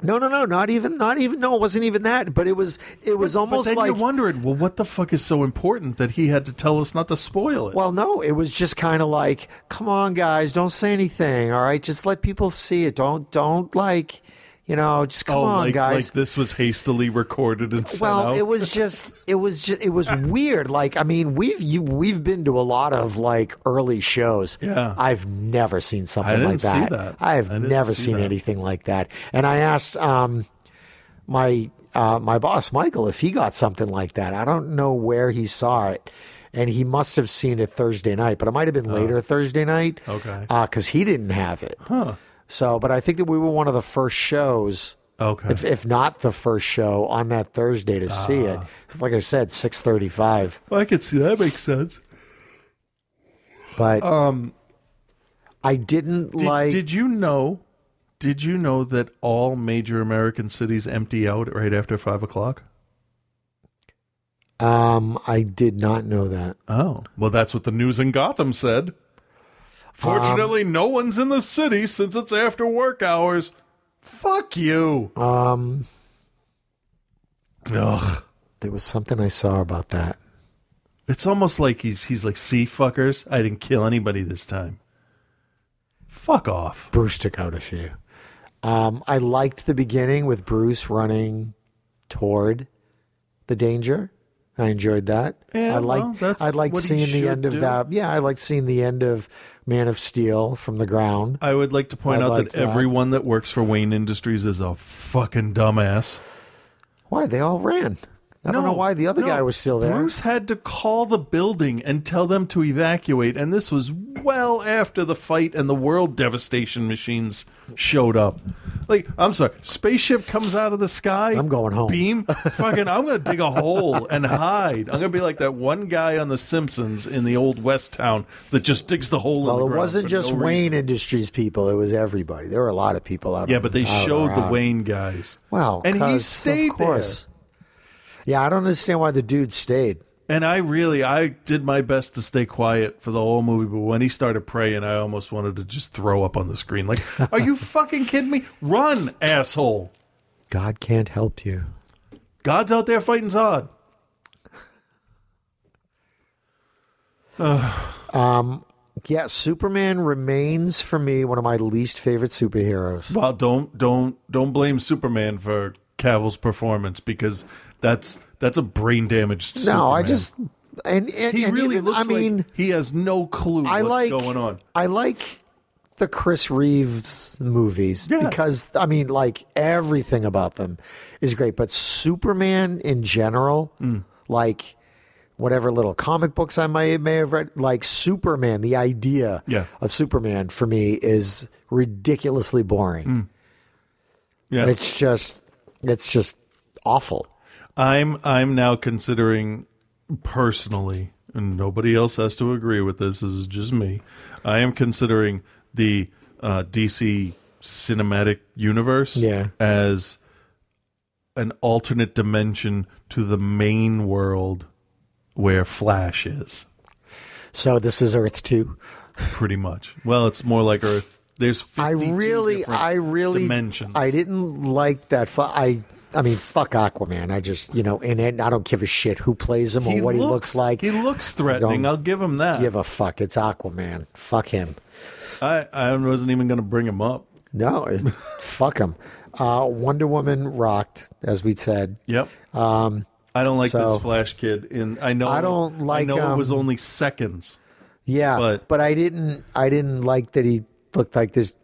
S10: No, no, no, not even, not even. No, it wasn't even that. But it was, it was almost
S4: but then
S10: like.
S4: you wondered, well, what the fuck is so important that he had to tell us not to spoil it?
S10: Well, no, it was just kind of like, come on, guys, don't say anything. All right, just let people see it. Don't, don't like, you know, just come
S4: oh,
S10: on,
S4: like,
S10: guys.
S4: like this was hastily recorded and sent
S10: well,
S4: out.
S10: it was just, it was just, it was weird. Like, I mean, we've you, we've been to a lot of like early shows.
S4: Yeah.
S10: I've never seen something
S4: I
S10: like
S4: didn't see
S10: that.
S4: that.
S10: I have
S4: I didn't
S10: never
S4: see
S10: seen
S4: that.
S10: anything like that. And I asked um, my uh, my boss Michael if he got something like that. I don't know where he saw it. And he must have seen it Thursday night, but it might have been later Thursday night.
S4: Oh. Okay.
S10: Because he didn't have it.
S4: Huh.
S10: So, but I think that we were one of the first shows.
S4: Okay.
S10: If, if not the first show on that Thursday to see it,
S4: Ah.
S10: 'Cause like I said, six thirty-five.
S4: Well, I could see that makes sense.
S10: But
S4: um,
S10: I didn't
S4: Did,
S10: like.
S4: did you know? Did you know that all major American cities empty out right after five o'clock?
S10: um, I did not know that.
S4: Oh, well, that's what the news in Gotham said. Fortunately, no one's in the city since it's after work hours. Fuck you.
S10: Um,
S4: Ugh.
S10: there was something I saw about that.
S4: It's almost like he's he's like, see, fuckers, I didn't kill anybody this time. Fuck off.
S10: Bruce took out a few. Um, I liked the beginning with Bruce running toward the danger. I enjoyed that.
S4: Yeah,
S10: I
S4: well,
S10: liked.
S4: that's
S10: I liked
S4: what he
S10: seeing the
S4: should
S10: end
S4: do.
S10: of that. Yeah, I liked seeing the end of Man of Steel from the ground.
S4: I would like to point
S10: I
S4: out
S10: liked
S4: that,
S10: that.
S4: everyone that works for Wayne Industries is a fucking dumbass.
S10: Why they all ran? I don't know why the other
S4: no.
S10: guy was still there.
S4: Bruce had to call the building and tell them to evacuate, and this was well after the fight and the world devastation machines showed up. Like, I'm sorry, spaceship comes out of the sky.
S10: I'm going home.
S4: Beam, fucking, I'm gonna dig a hole and hide. I'm gonna be like that one guy on The Simpsons in the old West town that just digs the hole. in
S10: well,
S4: the
S10: it
S4: ground
S10: wasn't
S4: for
S10: just
S4: no
S10: Wayne
S4: reason.
S10: Industries people; it was everybody. There were a lot of people out.
S4: Yeah, but they
S10: out and
S4: showed the
S10: around.
S4: Wayne guys.
S10: Oh, Wow,
S4: and he
S10: 'cause, of
S4: stayed there.
S10: course. Yeah, I don't understand why the dude stayed.
S4: And I really, I did my best to stay quiet for the whole movie, but when he started praying, I almost wanted to just throw up on the screen. Like, are you fucking kidding me? Run, asshole!
S10: God can't help you.
S4: God's out there fighting Zod.
S10: Um, yeah, Superman remains for me one of my least favorite superheroes.
S4: Well, don't don't don't blame Superman for Cavill's performance because that's that's a brain damaged.
S10: No, I just and, and
S4: he
S10: and
S4: really
S10: even-
S4: looks.
S10: I mean,
S4: like he has no clue
S10: I
S4: what's
S10: like
S4: going on.
S10: I like the Chris Reeves movies
S4: Yeah.
S10: because I mean, like
S4: Mm.
S10: everything about them is great. But Superman in general, like whatever little comic books I may may have read, like Superman. The idea
S4: Yeah.
S10: of Superman for me is ridiculously boring.
S4: Mm. Yeah.
S10: It's just it's just awful.
S4: I'm I'm now considering personally, and nobody else has to agree with this. This is just me. I am considering the uh, DC cinematic universe
S10: Yeah.
S4: as an alternate dimension to the main world where Flash is.
S10: So this is Earth two.
S4: Pretty much. Well, it's more like Earth. There's 52
S10: I really,
S4: different
S10: I really,
S4: dimensions.
S10: I didn't like that. Fu- I, I mean, fuck Aquaman. I just, you know, and, and I don't give a shit who plays him or
S4: He
S10: what he
S4: looks-
S10: looks like.
S4: he looks
S10: I don't
S4: threatening, I'll give him that.
S10: Give a fuck. It's Aquaman. Fuck him.
S4: I, I wasn't even going to bring him up.
S10: No, it's, fuck him. Uh, Wonder Woman rocked, as we said.
S4: Yep.
S10: Um,
S4: I don't like
S10: so-
S4: this Flash kid, and I know
S10: I don't
S4: I
S10: like,
S4: know it was
S10: um,
S4: only seconds.
S10: Yeah,
S4: but-
S10: but, I didn't. I didn't like that he looked like this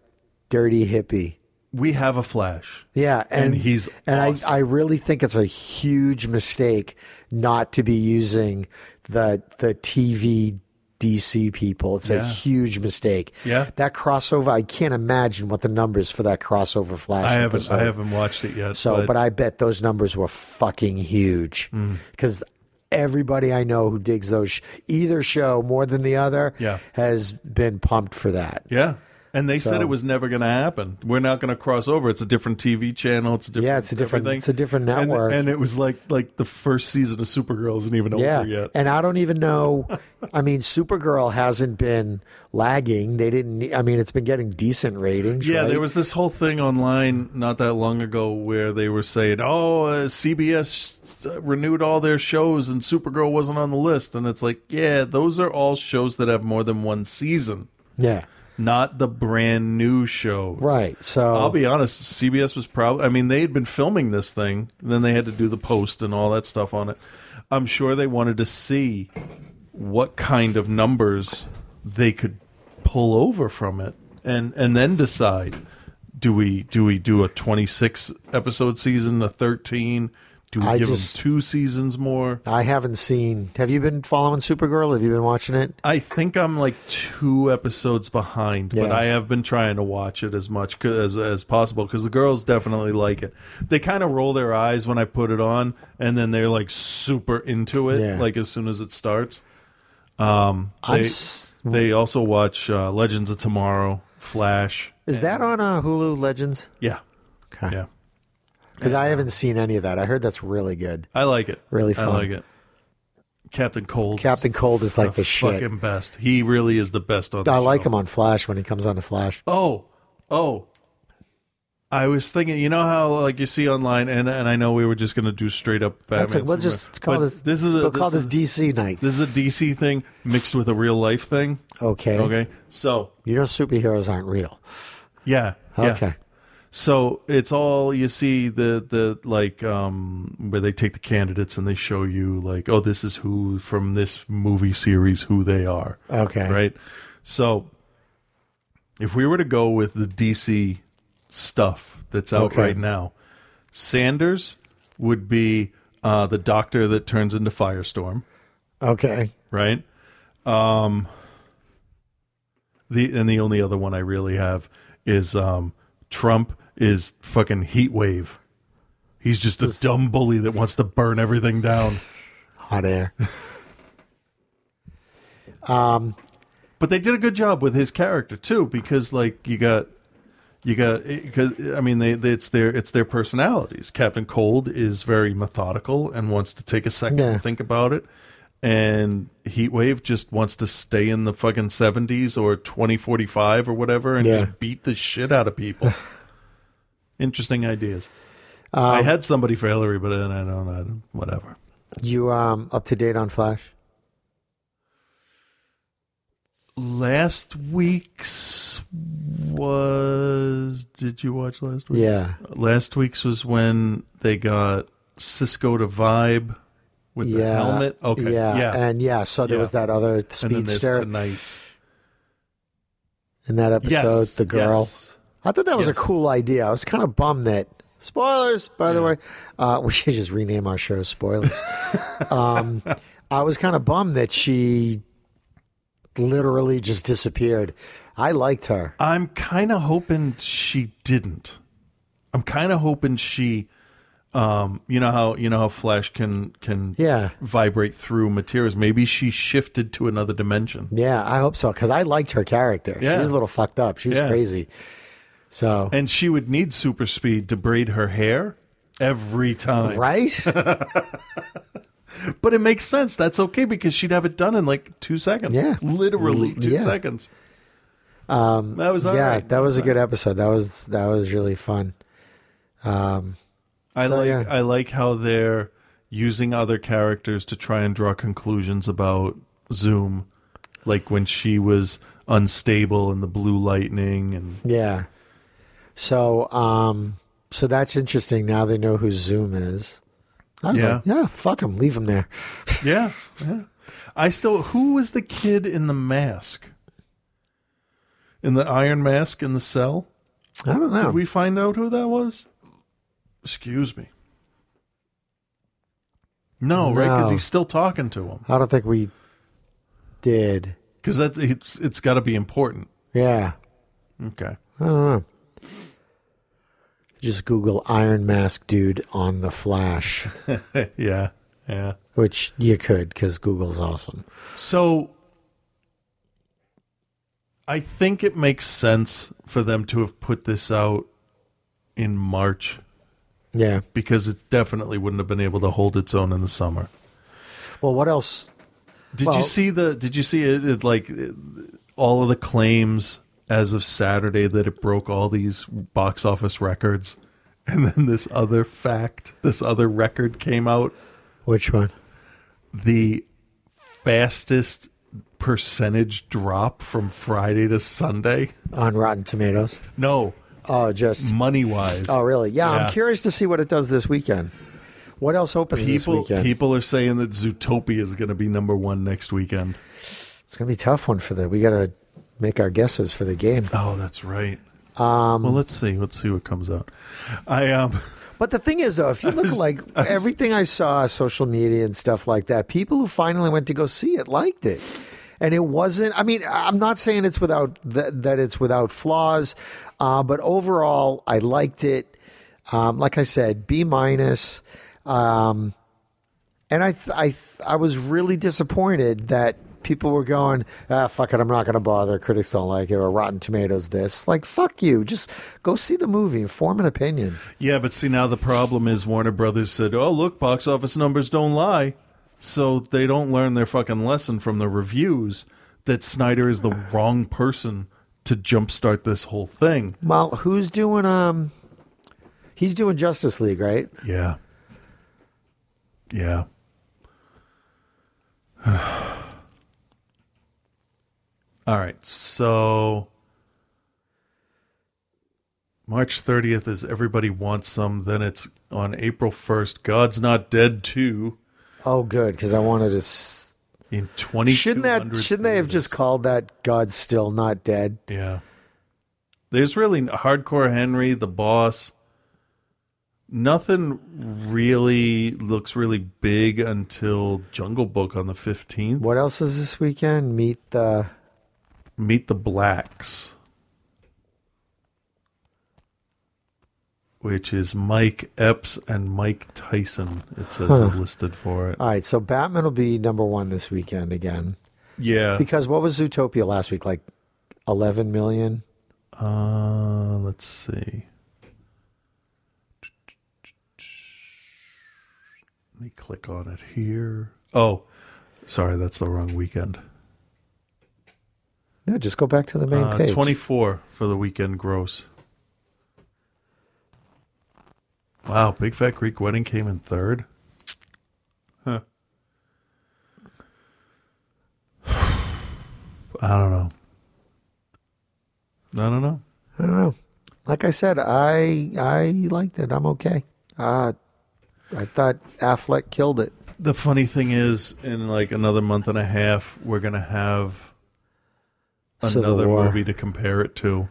S10: dirty hippie.
S4: We have a Flash.
S10: Yeah,
S4: And
S10: and,
S4: he's
S10: and
S4: awesome.
S10: I I really think it's a huge mistake not to be using the the TV DC people. It's
S4: Yeah.
S10: a huge mistake.
S4: Yeah.
S10: that crossover. I can't imagine what the numbers for that crossover Flash.
S4: I haven't
S10: episode.
S4: I haven't watched it yet.
S10: So, but, I bet those numbers were fucking huge
S4: Mm.
S10: because everybody I know who digs those sh- either show more than the other
S4: Yeah.
S10: has been pumped for that.
S4: yeah, and they said
S10: So-
S4: it was never going to happen. We're not going to cross over. It's a different TV channel. It's a different.
S10: Yeah, it's a different-
S4: everything.
S10: it's a different
S4: And-
S10: network.
S4: And, it was like like the first season of Supergirl isn't even
S10: yeah,
S4: over yet.
S10: and I don't even know. I mean, Supergirl hasn't been lagging. They didn't. I mean, it's been getting decent ratings.
S4: Yeah,
S10: right?
S4: there was this whole thing online not that long ago where they were saying, "Oh, uh, CBS uh, renewed all their shows and Supergirl wasn't on the list." And it's like, "Yeah, those are all shows that have more than one season,
S10: Yeah,
S4: not the brand new shows."
S10: right. So
S4: I'll be honest, CBS was probably I mean, they had been filming this thing, then they had to do the post and all that stuff on it. I'm sure they wanted to see what kind of numbers they could pull over from it and and then decide do we do we do a 26 episode season, a 13? Do we
S10: I
S4: give
S10: just-
S4: them two seasons more?
S10: I haven't seen. Have you been following Supergirl? Have you been watching it?
S4: I think I'm like two episodes behind, but
S10: Yeah.
S4: I have been trying to watch it as much 'cause- as as possible because the girls definitely like it. They kind of roll their eyes when I put it on, and then they're like super into it,
S10: Yeah.
S4: like as soon as it starts. Um,
S10: I'm
S4: they
S10: s-
S4: they also watch uh, Legends of Tomorrow, Flash.
S10: Is that on uh, Hulu Legends?
S4: Yeah,
S10: Okay.
S4: yeah,
S10: Because I haven't seen any of that. I heard that's really good.
S4: I like it.
S10: Really
S4: I
S10: fun.
S4: like it. Captain Cold.
S10: Captain Cold is like the shit.
S4: fucking best. He really is the best on. The
S10: I like
S4: show.
S10: him on Flash when he comes on the Flash.
S4: Oh, oh. I was thinking, you know how like you see online, and and I know we were just gonna do straight up Batman.
S10: That's it. We'll
S4: Superman,
S10: just call
S4: but
S10: this.
S4: This is a,
S10: we'll call
S4: this
S10: this
S4: is-
S10: DC night.
S4: This is a DC thing mixed with a real life thing.
S10: Okay.
S4: Okay. So
S10: You know superheroes aren't real.
S4: yeah. yeah.
S10: Okay.
S4: So it's all you see the the like um where they take the candidates and they show you like oh this is who from this movie series who they are.
S10: Okay.
S4: Right? So if we were to go with the DC stuff that's out
S10: Okay.
S4: right now, Sanders would be uh the doctor that turns into Firestorm,
S10: Okay.
S4: right? Um the and the only other one I really have is um Trump is fucking heat wave. He's just a dumb bully that wants to burn everything down.
S10: Hot air.
S4: But they did a good job with his character too, because like you got, you got because I mean they, they it's their it's their personalities. Captain Cold is very methodical and wants to take a second
S10: Yeah.
S4: to think about it, and Heatwave just wants to stay in the fucking seventies or twenty forty five or whatever and
S10: Yeah.
S4: just beat the shit out of people. Interesting ideas.
S10: Um,
S4: I had somebody for Hillary, but then I don't know. Whatever.
S10: You um up to date on Flash?
S4: Last week's was. Did you watch last week?
S10: Yeah.
S4: Last week's was when they got Cisco to vibe with the
S10: yeah.
S4: helmet. Okay.
S10: Yeah.
S4: Yeah.
S10: And yeah, so there
S4: Yeah.
S10: was that other
S4: And then there's
S10: speedster
S4: tonight's.
S10: in that episode,
S4: Yes.
S10: the girl.
S4: yes.
S10: I thought that was
S4: Yes.
S10: a cool idea. I was kind of bummed that spoilers, by the
S4: Yeah.
S10: way. Uh, we should just rename our show spoilers. um, I was kind of bummed that she literally just disappeared. I liked her.
S4: I'm kind of hoping she didn't. I'm kind of hoping she, um, you know how you know how Flash can can
S10: Yeah.
S4: vibrate through materials. Maybe she shifted to another dimension.
S10: Yeah, I hope so because I liked her character. She
S4: Yeah.
S10: was a little fucked up. She was
S4: Yeah.
S10: crazy. So
S4: and she would need super speed to braid her hair every time,
S10: right?
S4: but it makes sense. That's okay because she'd have it done in like two seconds.
S10: Yeah.
S4: literally two
S10: Yeah.
S4: seconds.
S10: Um,
S4: That was all
S10: yeah.
S4: right.
S10: That was a good episode. That was that was really fun. Um,
S4: I
S10: so,
S4: like
S10: yeah.
S4: I like how they're using other characters to try and draw conclusions about Zoom, like when she was unstable in the blue lightning and
S10: Yeah. So um so that's interesting. Now they know who Zoom is. I was
S4: Yeah.
S10: like, yeah, fuck him, leave him there.
S4: yeah, yeah. I still who was the kid in the mask? In the iron mask in the cell?
S10: I don't know.
S4: Did we find out who that was? Excuse me. No, right? Because
S10: No.
S4: he's still talking to him.
S10: I don't think we did.
S4: Because that's it's, it's got to be important.
S10: Yeah.
S4: Okay.
S10: I don't know. Just Google Iron Mask Dude on the Flash,
S4: yeah, yeah.
S10: which you could because Google's awesome.
S4: So I think it makes sense for them to have put this out in March
S10: Yeah.
S4: because it definitely wouldn't have been able to hold its own in the summer.
S10: Well, what else?
S4: Did
S10: Well-
S4: you see the? Did you see it, it? Like all of the claims as of Saturday that it broke all these box office records, and then this other fact, this other record came out.
S10: Which one?
S4: The fastest percentage drop from Friday to Sunday.
S10: On Rotten Tomatoes.
S4: No,
S10: Oh, just
S4: money wise.
S10: Oh, really? Yeah, I'm curious to see what it does this weekend. What else opens
S4: People,
S10: this weekend?
S4: people are saying that Zootopia is going to be number one next weekend.
S10: It's gonna be a tough one for the. We gotta make our guesses for the game.
S4: Oh, that's right. Um, well, let's see. Let's see what comes out. I um.
S10: But the thing is, though, if you look like everything I saw, social media and stuff like that, people who finally went to go see it liked it. And it wasn't, I mean, I'm not saying it's without, that, that it's without flaws, uh, but overall, I liked it. Um, like I said, B minus. Um, and I, th- I, th- I was really disappointed that people were going, ah, fuck it, I'm not going to bother. Critics don't like it, or Rotten Tomatoes this. Like, fuck you. Just go see the movie and form an opinion.
S4: Yeah, but see now the problem is Warner Brothers said, "Oh, look, box office numbers don't lie." So they don't learn their fucking lesson from the reviews that Snyder is the wrong person to jumpstart this whole thing.
S10: Well, who's doing um he's doing Justice League, right?
S4: Yeah. Yeah. All right. So March 30th is Everybody Wants Some. Then it's on April 1st, God's Not Dead 2
S10: Oh good, because I wanted to s-
S4: in 20
S10: shouldn't that shouldn't they have just called that God's still not dead?
S4: Yeah. There's really Hardcore Henry, the boss. Nothing really looks really big until Jungle Book on the 15th.
S10: What else is this weekend? Meet the
S4: Meet the Blacks, which is Mike Epps and Mike Tyson. It says
S10: Huh.
S4: listed for it.
S10: All right, so Batman will be number 1 this weekend again.
S4: Yeah.
S10: Because what was Zootopia last week like 11 million?
S4: Uh, let's see. Let me click on it here. Oh, sorry, that's the wrong weekend.
S10: Yeah, just go back to the main
S4: Uh,
S10: page.
S4: 24 for the weekend gross. Wow, Big Fat Greek Wedding came in third. Huh. I don't know. I don't know.
S10: I don't know. Like I said, I I liked it. I'm okay. Uh I thought Affleck killed it.
S4: the funny thing is in like another month and a half we're gonna have
S10: Civil
S4: another
S10: War.
S4: movie to compare it to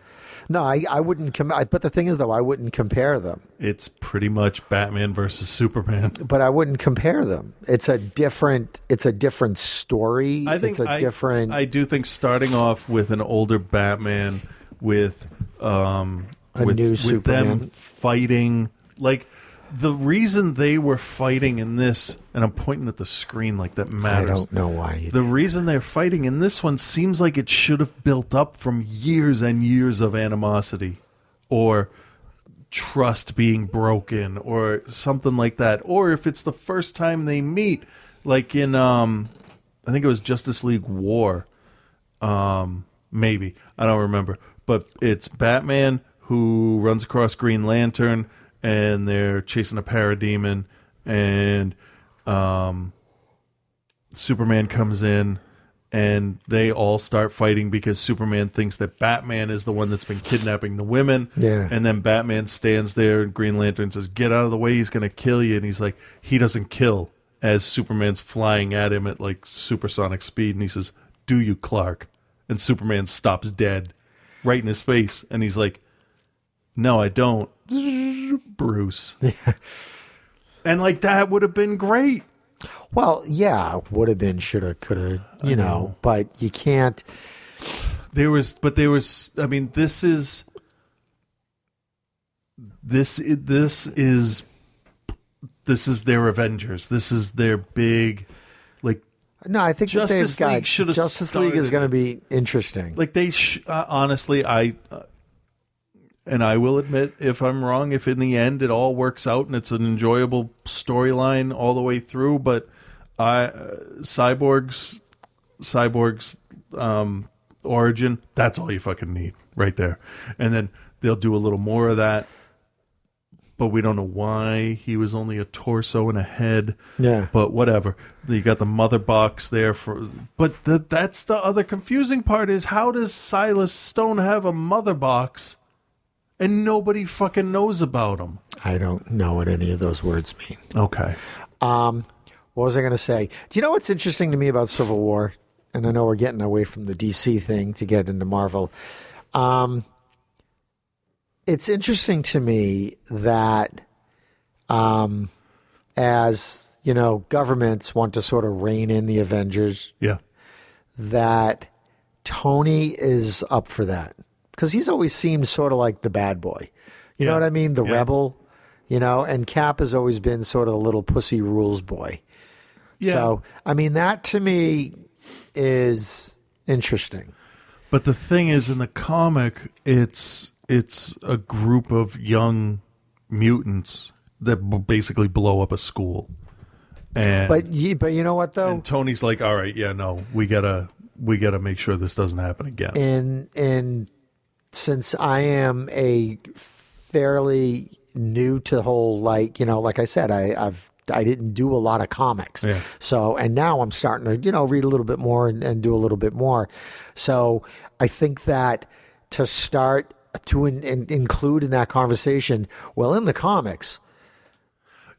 S10: No, I, I wouldn't. Com- I, but the thing is, though, I wouldn't compare them.
S4: It's pretty much Batman versus Superman.
S10: But I wouldn't compare them. It's a different. It's a different story.
S4: I think
S10: it's a
S4: I-
S10: different.
S4: I do think starting off with an older Batman with um
S10: A
S4: with,
S10: new
S4: with them
S10: Superman.
S4: fighting like the reason they were fighting in this and I'm pointing at the screen like that matters.
S10: don't know why you
S4: the reason they're fighting in this one seems like it should have built up from years and years of animosity or trust being broken or something like that or if it's the first time they meet like in um i think it was justice league war um maybe i don't remember but it's batman who runs across green lantern and they're chasing a parademon and um Superman comes in and they all start fighting because Superman thinks that Batman is the one that's been kidnapping the women.
S10: Yeah.
S4: And then Batman stands there and Green Lantern says, Get out of the way, he's gonna kill you. And he's like, He doesn't kill as Superman's flying at him at like supersonic speed and he says, Do you, Clark? And Superman stops dead right in his face and he's like, No, I don't. Bruce. And like that would have been great.
S10: Well, yeah, would have been, should have, could have, you
S4: I
S10: know,
S4: know.
S10: But you can't.
S4: There was, but there was. I mean, this is this i- this is this is their Avengers. This is their big, like
S10: No, I think that
S4: Justice
S10: they've got
S4: League should have
S10: Justice League is
S4: started-
S10: going to be interesting.
S4: like they sh- uh, honestly, I uh, and I will admit if I'm wrong. If in the end it all works out and it's an enjoyable storyline all the way through, but I uh, cyborgs, cyborgs um, origin. That's all you fucking need right there, and then they'll do a little more of that. But we don't know why he was only a torso and a head.
S10: Yeah.
S4: But whatever. You got the mother box there for. But th- that's the other confusing part is how does Silas Stone have a mother box, and nobody fucking knows about him?
S10: I don't know what any of those words mean.
S4: Okay.
S10: Um, what was I going to say? Do you know what's interesting to me about Civil War? And I know we're getting away from the DC thing to get into Marvel. Um, it's interesting to me that, um, as you know, governments want to sort of rein in the Avengers.
S4: Yeah.
S10: That Tony is up for that because he's always seemed sort of like the bad boy. You know what I mean? The rebel, you know, and Cap has always been sort of the little pussy rules boy.
S4: Yeah.
S10: So, I mean, that to me is interesting.
S4: But the thing is, in the comic, it's it's a group of young mutants that b- basically blow up a school. And
S10: but you, but you know what though?
S4: and Tony's like, "All right, yeah, no, we gotta we gotta make sure this doesn't happen again."
S10: And and since I am a fairly new to the whole like, you know, like I said, I, I've I didn't do a lot of comics.
S4: Yeah.
S10: So and now I'm starting to, you know, read a little bit more and, and do a little bit more. So I think that to start to in, in, include in that conversation, well, in the comics,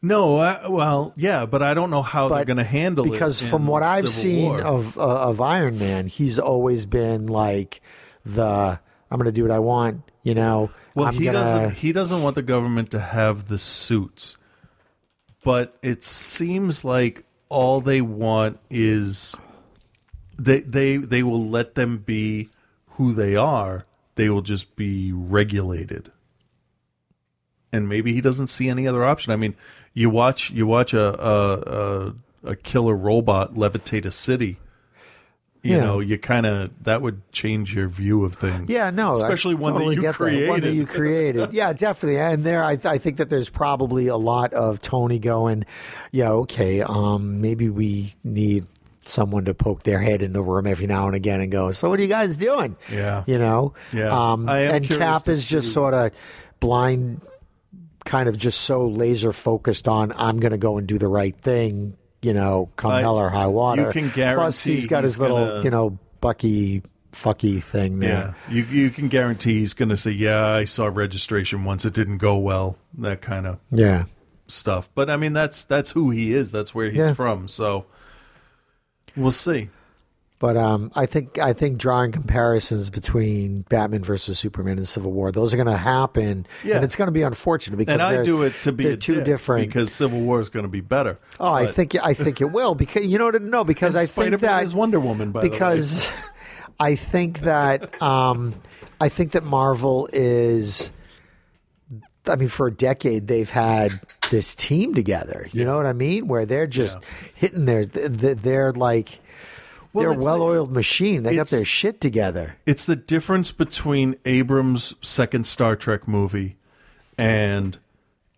S4: No, I, well, yeah, but I don't know how they're going to handle
S10: because
S4: it in
S10: from what I've
S4: Civil
S10: seen
S4: War.
S10: of uh, of Iron Man, he's always been like the I'm going to do what I want, you know.
S4: well,
S10: I'm
S4: he
S10: gonna,
S4: doesn't he doesn't want the government to have the suits, but it seems like all they want is they they they will let them be who they are. They will just be regulated. and maybe he doesn't see any other option. I mean, you watch you watch a a, a, a killer robot levitate a city. You
S10: Yeah.
S4: know, you kind of that would change your view of things.
S10: Yeah, no, I
S4: especially one
S10: totally
S4: that you
S10: get
S4: created.
S10: One that you created. yeah, definitely. And there, I, th- I think that there's probably a lot of Tony going, yeah, okay, um, maybe we need someone to poke their head in the room every now and again and go, so what are you guys doing?
S4: Yeah.
S10: you know,
S4: Yeah.
S10: Um,
S4: I am
S10: and
S4: curious
S10: Cap
S4: to
S10: is just
S4: see-
S10: sort of blind, kind of just so laser focused on I'm going to go and do the right thing. You know, come
S4: I-
S10: hell or high water.
S4: you can
S10: Plus,
S4: guarantee
S10: he's got
S4: he's
S10: his little,
S4: gonna-
S10: you know, Bucky fucky thing there.
S4: Yeah, you you can guarantee he's going to say, "Yeah, I saw registration once; it didn't go well." That kind of
S10: Yeah.
S4: stuff. But I mean, that's that's who he is. That's where he's
S10: Yeah.
S4: from. So we'll see.
S10: But um, I think I think drawing comparisons between Batman versus Superman and Civil War, those are going to happen,
S4: Yeah.
S10: and it's going to be unfortunate because
S4: and I
S10: they're-
S4: do it to be
S10: they're
S4: a
S10: two
S4: dick
S10: different.
S4: because Civil War is going to be better.
S10: oh, I
S4: But-
S10: think I think it will because you know what? No, because
S4: And
S10: I think
S4: Spider-Man
S10: that
S4: is Wonder Woman, by the way.
S10: because I think that um, I think that Marvel is. I mean, for a decade, they've had this team together. You know what I mean? Where they're just hitting their, th- th- they're like,
S4: Well,
S10: they're
S4: it's
S10: well oiled machine. They got
S4: it's-
S10: their shit together.
S4: It's the difference between Abrams' second Star Trek movie and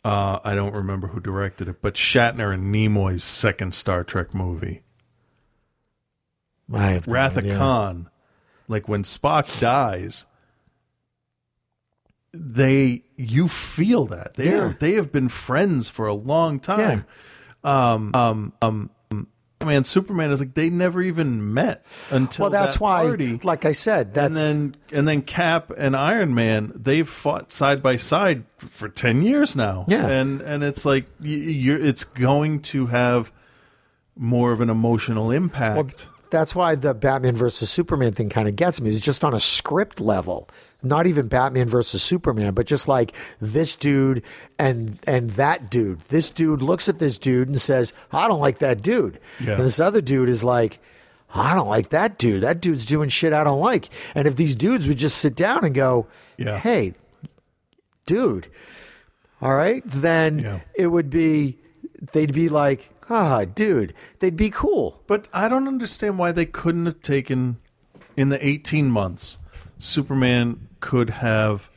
S4: uh, I don't remember who directed it, but Shatner and Nimoy's second Star Trek movie,
S10: I have no
S4: Wrath of
S10: idea.
S4: Khan. Like when Spock dies, they you feel that they
S10: Yeah.
S4: are they have been friends for a long time. Um, um, um, um, man, Superman is like they never even met until
S10: Well, that's
S4: that
S10: why,
S4: party.
S10: like I said, that's
S4: and then and then Cap and Iron Man, they've fought side by side for ten years now.
S10: Yeah.
S4: and and it's like y- you're it's going to have more of an emotional impact.
S10: Well, that's why the Batman versus Superman thing kind of gets me. It's just on a script level, not even Batman versus Superman, but just like this dude and and that dude. This dude looks at this dude and says, "I don't like that dude,"
S4: Yeah.
S10: and this other dude is like. I don't like that dude. That dude's doing shit I don't like. And if these dudes would just sit down and go,
S4: Yeah.
S10: "Hey, dude, all right, then it would be, they'd be like, ah, dude, they'd be cool.
S4: But I don't understand why they couldn't have taken in the 18 months Superman could have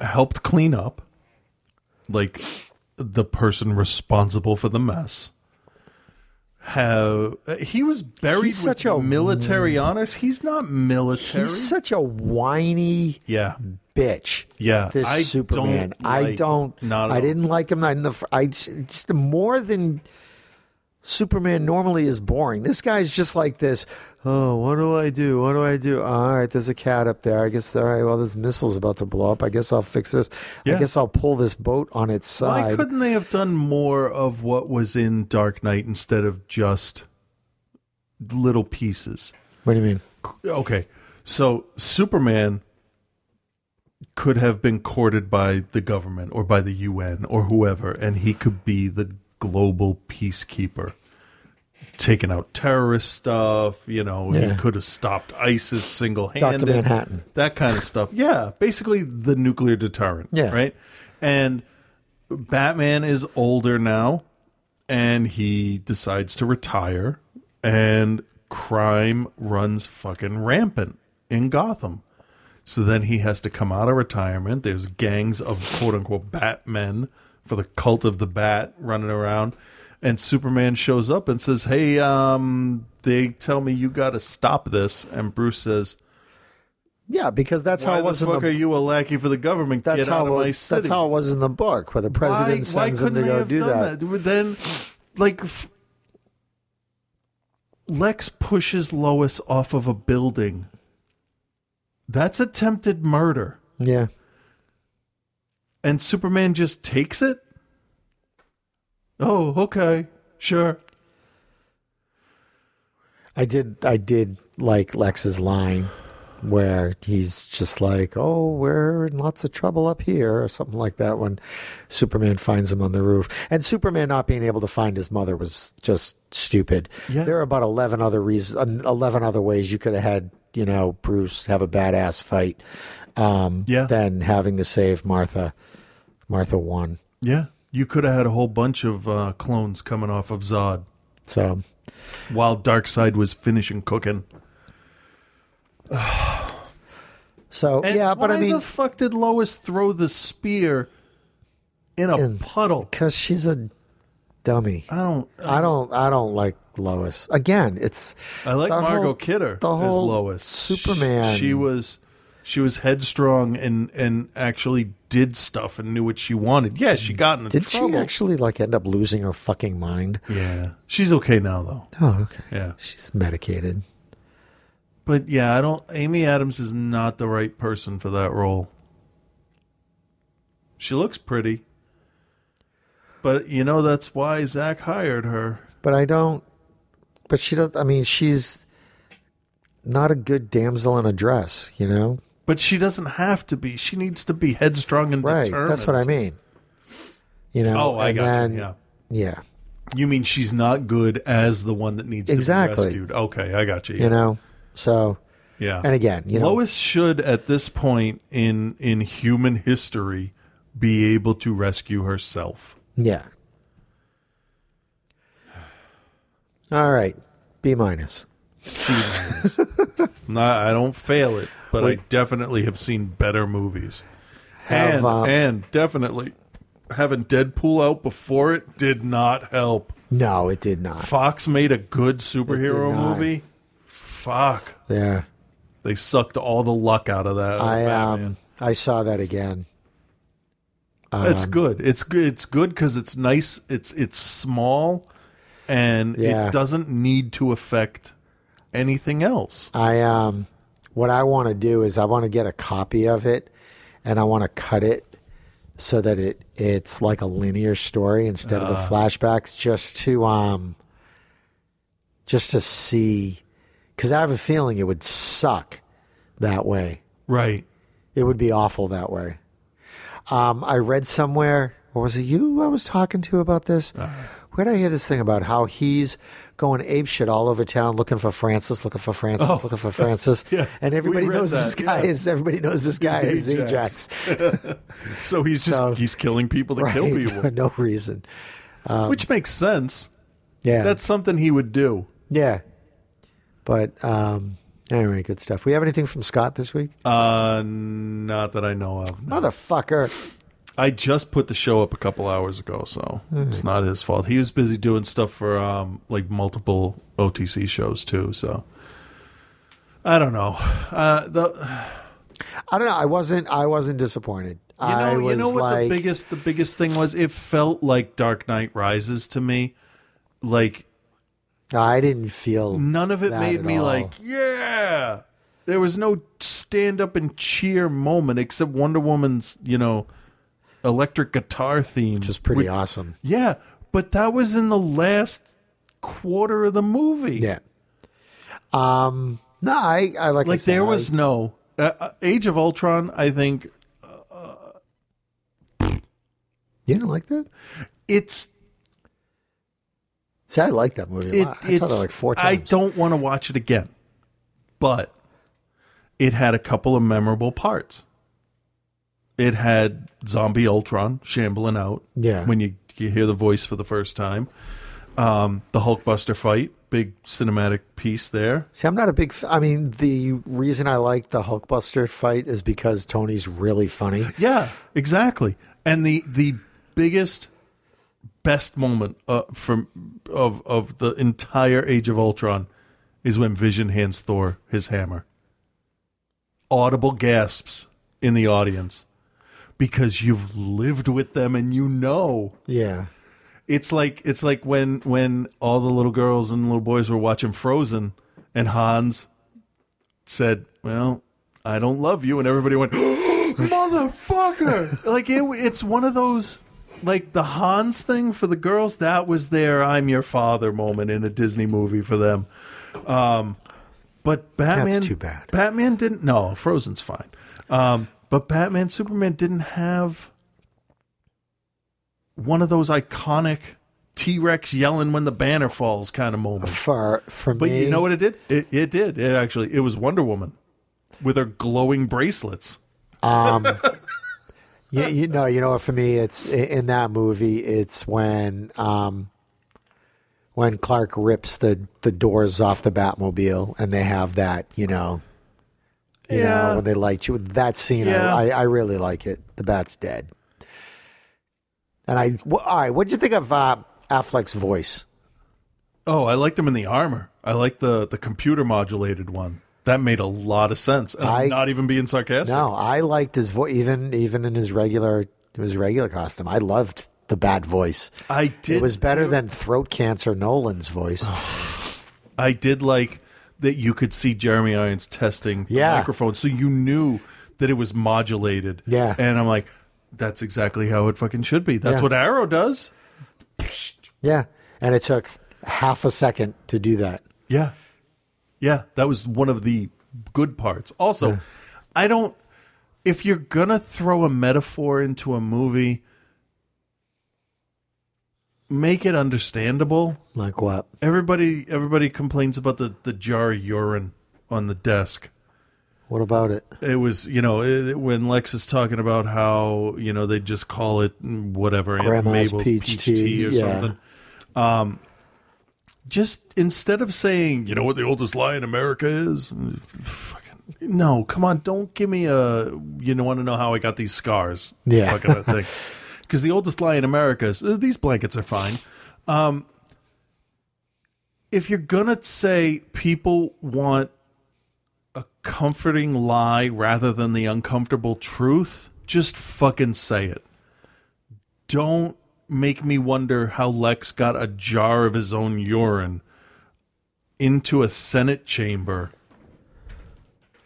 S4: helped clean up like the person responsible for the mess. Have he was buried
S10: He's
S4: with
S10: such a-
S4: military honors. He's not military.
S10: He's such a whiny
S4: yeah.
S10: bitch.
S4: Yeah,
S10: this
S4: I
S10: Superman.
S4: don't
S10: I
S4: like-
S10: don't.
S4: not at
S10: I
S4: all.
S10: didn't like him. Not in the. fir- I just, just more than Superman normally is boring. This guy's just like this. Oh, what do I do? What do I do? All right, there's a cat up there. I guess. All right. Well, this missile's about to blow up. I guess I'll fix this. I
S4: Yeah.
S10: guess I'll pull this boat on its side.
S4: Why couldn't they have done more of what was in Dark Knight instead of just little pieces?
S10: what do you mean?
S4: okay so superman could have been courted by the government or by the un or whoever and he could be the global peacekeeper taking out terrorist stuff you know
S10: Yeah.
S4: he could have stopped isis single-handed
S10: Dr. Manhattan.
S4: that kind of stuff yeah basically the nuclear deterrent
S10: Yeah.
S4: right and batman is older now and he decides to retire and crime runs fucking rampant in Gotham. So then he has to come out of retirement. There's gangs of quote unquote Batmen for the cult of the bat running around. And Superman shows up and says, Hey, um, they tell me you got to stop this. And Bruce says,
S10: Yeah, because that's
S4: Why
S10: how it
S4: the
S10: was in
S4: fuck are you a lackey for the government?
S10: That's
S4: Get
S10: how
S4: out of
S10: it,
S4: my
S10: that's
S4: city."
S10: how it was in the book, where the president sends him to
S4: couldn't they
S10: go
S4: have
S10: do
S4: done
S10: that.
S4: Then, like, f- Lex pushes Lois off of a building. That's attempted murder,
S10: Yeah,
S4: and Superman just takes it. Oh, okay, sure.
S10: I did. I did like Lex's line where he's just like, "Oh, we're in lots of trouble up here," or something like that. When Superman finds him on the roof, and Superman not being able to find his mother was just stupid.
S4: Yeah.
S10: There are about eleven other reasons, eleven other ways you could have had, you know, Bruce have a badass fight, um,
S4: Yeah.
S10: than having to save Martha. Martha won,
S4: Yeah, you could have had a whole bunch of uh, clones coming off of Zod
S10: so
S4: while Darkseid was finishing cooking.
S10: so
S4: And
S10: yeah. But
S4: why
S10: I mean,
S4: the fuck did Lois throw the spear in a puddle?
S10: because she's a dummy.
S4: I don't.
S10: I don't. I don't like Lois. Again, it's.
S4: I like
S10: the
S4: Margot
S10: whole-
S4: Kidder
S10: The whole
S4: as Lois.
S10: Superman.
S4: She, was she was headstrong and and actually did stuff and knew what she wanted. Yeah, she got into
S10: Did
S4: trouble.
S10: she actually like end up losing her fucking mind?
S4: Yeah, she's okay now though.
S10: Oh, okay.
S4: Yeah,
S10: She's medicated.
S4: but yeah, I don't. Amy Adams is not the right person for that role. She looks pretty, but you know that's why Zach hired her.
S10: But I don't. But she does. I mean, she's not a good damsel in a dress, you know?
S4: But she doesn't have to be. She needs to be headstrong and
S10: Right.
S4: determined.
S10: That's what I mean. You know?
S4: Oh, I
S10: and
S4: got
S10: then-
S4: you. Yeah.
S10: Yeah.
S4: You mean she's not good as the one that needs
S10: Exactly.
S4: to be rescued? Okay, I got you. yeah.
S10: You know? So,
S4: Yeah.
S10: And again, you know,
S4: Lois should at this point in in human history be able to rescue herself.
S10: yeah. All right. B minus.
S4: C minus. No, I don't fail it, but I
S10: Wait.
S4: definitely have seen better movies.
S10: Have,
S4: and,
S10: um,
S4: and definitely having Deadpool out before it did not help.
S10: No, it did not.
S4: Fox made a good superhero
S10: not.
S4: movie. Fuck.
S10: Yeah.
S4: They sucked all the luck out of that.
S10: I
S4: Batman.
S10: um I saw that again.
S4: That's
S10: Um,
S4: good. It's good. It's good because it's nice. It's it's small, and
S10: Yeah.
S4: it doesn't need to affect anything else.
S10: I um what I want to do is I want to get a copy of it and I want to cut it so that it it's like a linear story instead of
S4: Ah.
S10: the flashbacks just to um just to see cuz I have a feeling it would suck that way.
S4: Right.
S10: It would be awful that way. Um, I read somewhere, or was it you I was talking to about this?
S4: Uh-huh.
S10: Where did I hear this thing about how he's going apeshit all over town looking for Francis, looking for Francis,
S4: Oh.
S10: looking for Francis,
S4: Yeah.
S10: and
S4: We
S10: everybody
S4: read
S10: knows this
S4: that,
S10: guy
S4: yeah.
S10: is everybody knows this guy
S4: He's
S10: is Ajax,
S4: Ajax. So he's just
S10: So-
S4: he's killing people to
S10: right,
S4: kill people,
S10: for no reason. Um,
S4: which makes sense.
S10: yeah,
S4: That's something he would do.
S10: yeah. But um, anyway, good stuff. We have anything from Scott this week?
S4: Uh, not that I know of. no.
S10: Motherfucker.
S4: I just put the show up a couple hours ago, so
S10: Hmm.
S4: it's not his fault. He was busy doing stuff for um like multiple OTC shows too. So I don't know. Uh, the
S10: I don't know. I wasn't. I wasn't disappointed.
S4: You know,
S10: I was
S4: you know what
S10: like,
S4: the biggest the biggest thing was? It felt like Dark Knight Rises to me. Like
S10: I didn't feel
S4: none of it
S10: that
S4: made
S10: at
S4: me
S10: all.
S4: like, yeah. There was no stand up and cheer moment except Wonder Woman's, you know, electric guitar theme, which
S10: is pretty awesome.
S4: Yeah, but that was in the last quarter of the movie.
S10: Yeah. Um. No, I. I like. I
S4: like
S10: said,
S4: there
S10: I-
S4: was no uh, uh, Age of Ultron. I think
S10: You didn't like that?
S4: it's
S10: See, I like that movie a
S4: it,
S10: lot. I
S4: it's
S10: saw that like four
S4: I
S10: times.
S4: don't want to watch it again, but it had a couple of memorable parts. It had zombie Ultron shambling out.
S10: Yeah.
S4: when you you hear the voice for the first time, um, the Hulkbuster fight, big cinematic piece there.
S10: See, I'm not a big. F- I mean, the reason I like the Hulkbuster fight is because Tony's really funny.
S4: Yeah, exactly. And the the biggest best moment uh, from of of the entire Age of Ultron is when Vision hands Thor his hammer. Audible gasps in the audience because you've lived with them and you know.
S10: Yeah.
S4: It's like it's like when when all the little girls and little boys were watching Frozen and Hans said, "Well, I don't love you," and everybody went, "Motherfucker!" like it, it's one of those. Like the Hans thing for the girls, that was their "I'm your father" moment in a Disney movie for them. Um, but Batman,
S10: too bad.
S4: Batman didn't. No, Frozen's fine. Um, but Batman, Superman didn't have one of those iconic T Rex yelling when the banner falls kind of moments.
S10: For for
S4: But
S10: me,
S4: you know what it did? It, it did. It actually. It was Wonder Woman with her glowing bracelets.
S10: Um, you, you know, you know what? For me, it's i- in that movie. It's when um, when Clark rips the the doors off the Batmobile, and they have that. You know, you
S4: Yeah.
S10: know when they light you. That scene, I-
S4: Yeah.
S10: I, I really like it. The Bat's dead. And I, wh- all right. What'd you think of uh, Affleck's voice?
S4: Oh, I liked him in the armor. I liked the the computer modulated one. That made a lot of sense. And I,
S10: I-
S4: am not even being sarcastic.
S10: No, I liked his voice, even even in his regular his regular costume. I loved the Bat voice.
S4: I Oh. did.
S10: It was better than throat cancer Nolan's voice.
S4: I did like that you could see Jeremy Irons testing the
S10: Yeah.
S4: microphone, so you knew that it was modulated.
S10: Yeah.
S4: And I'm like, that's exactly how it fucking should be. That's
S10: Yeah.
S4: what Arrow does.
S10: Yeah. And it took half a second to do that.
S4: Yeah. Yeah, that was one of the good parts. Also, I don't. If you're gonna throw a metaphor into a movie, make it understandable.
S10: Like what?
S4: Everybody, everybody complains about the the jar of urine on the desk.
S10: What about it?
S4: It was, you know, it, when Lex is talking about how you know they just call it whatever Aunt
S10: Grandma's
S4: Mabel's
S10: peach tea,
S4: or
S10: yeah.
S4: something. Um, just instead of saying, you know what the oldest lie in America is, fucking no, come on, don't give me a. You know, want to know how I got these scars?
S10: Yeah.
S4: fucking thing. Because the oldest lie in America is "Uh, these blankets are fine. Um, if you're gonna say people want a comforting lie rather than the uncomfortable truth, just fucking say it. Don't make me wonder how Lex got a jar of his own urine into a Senate chamber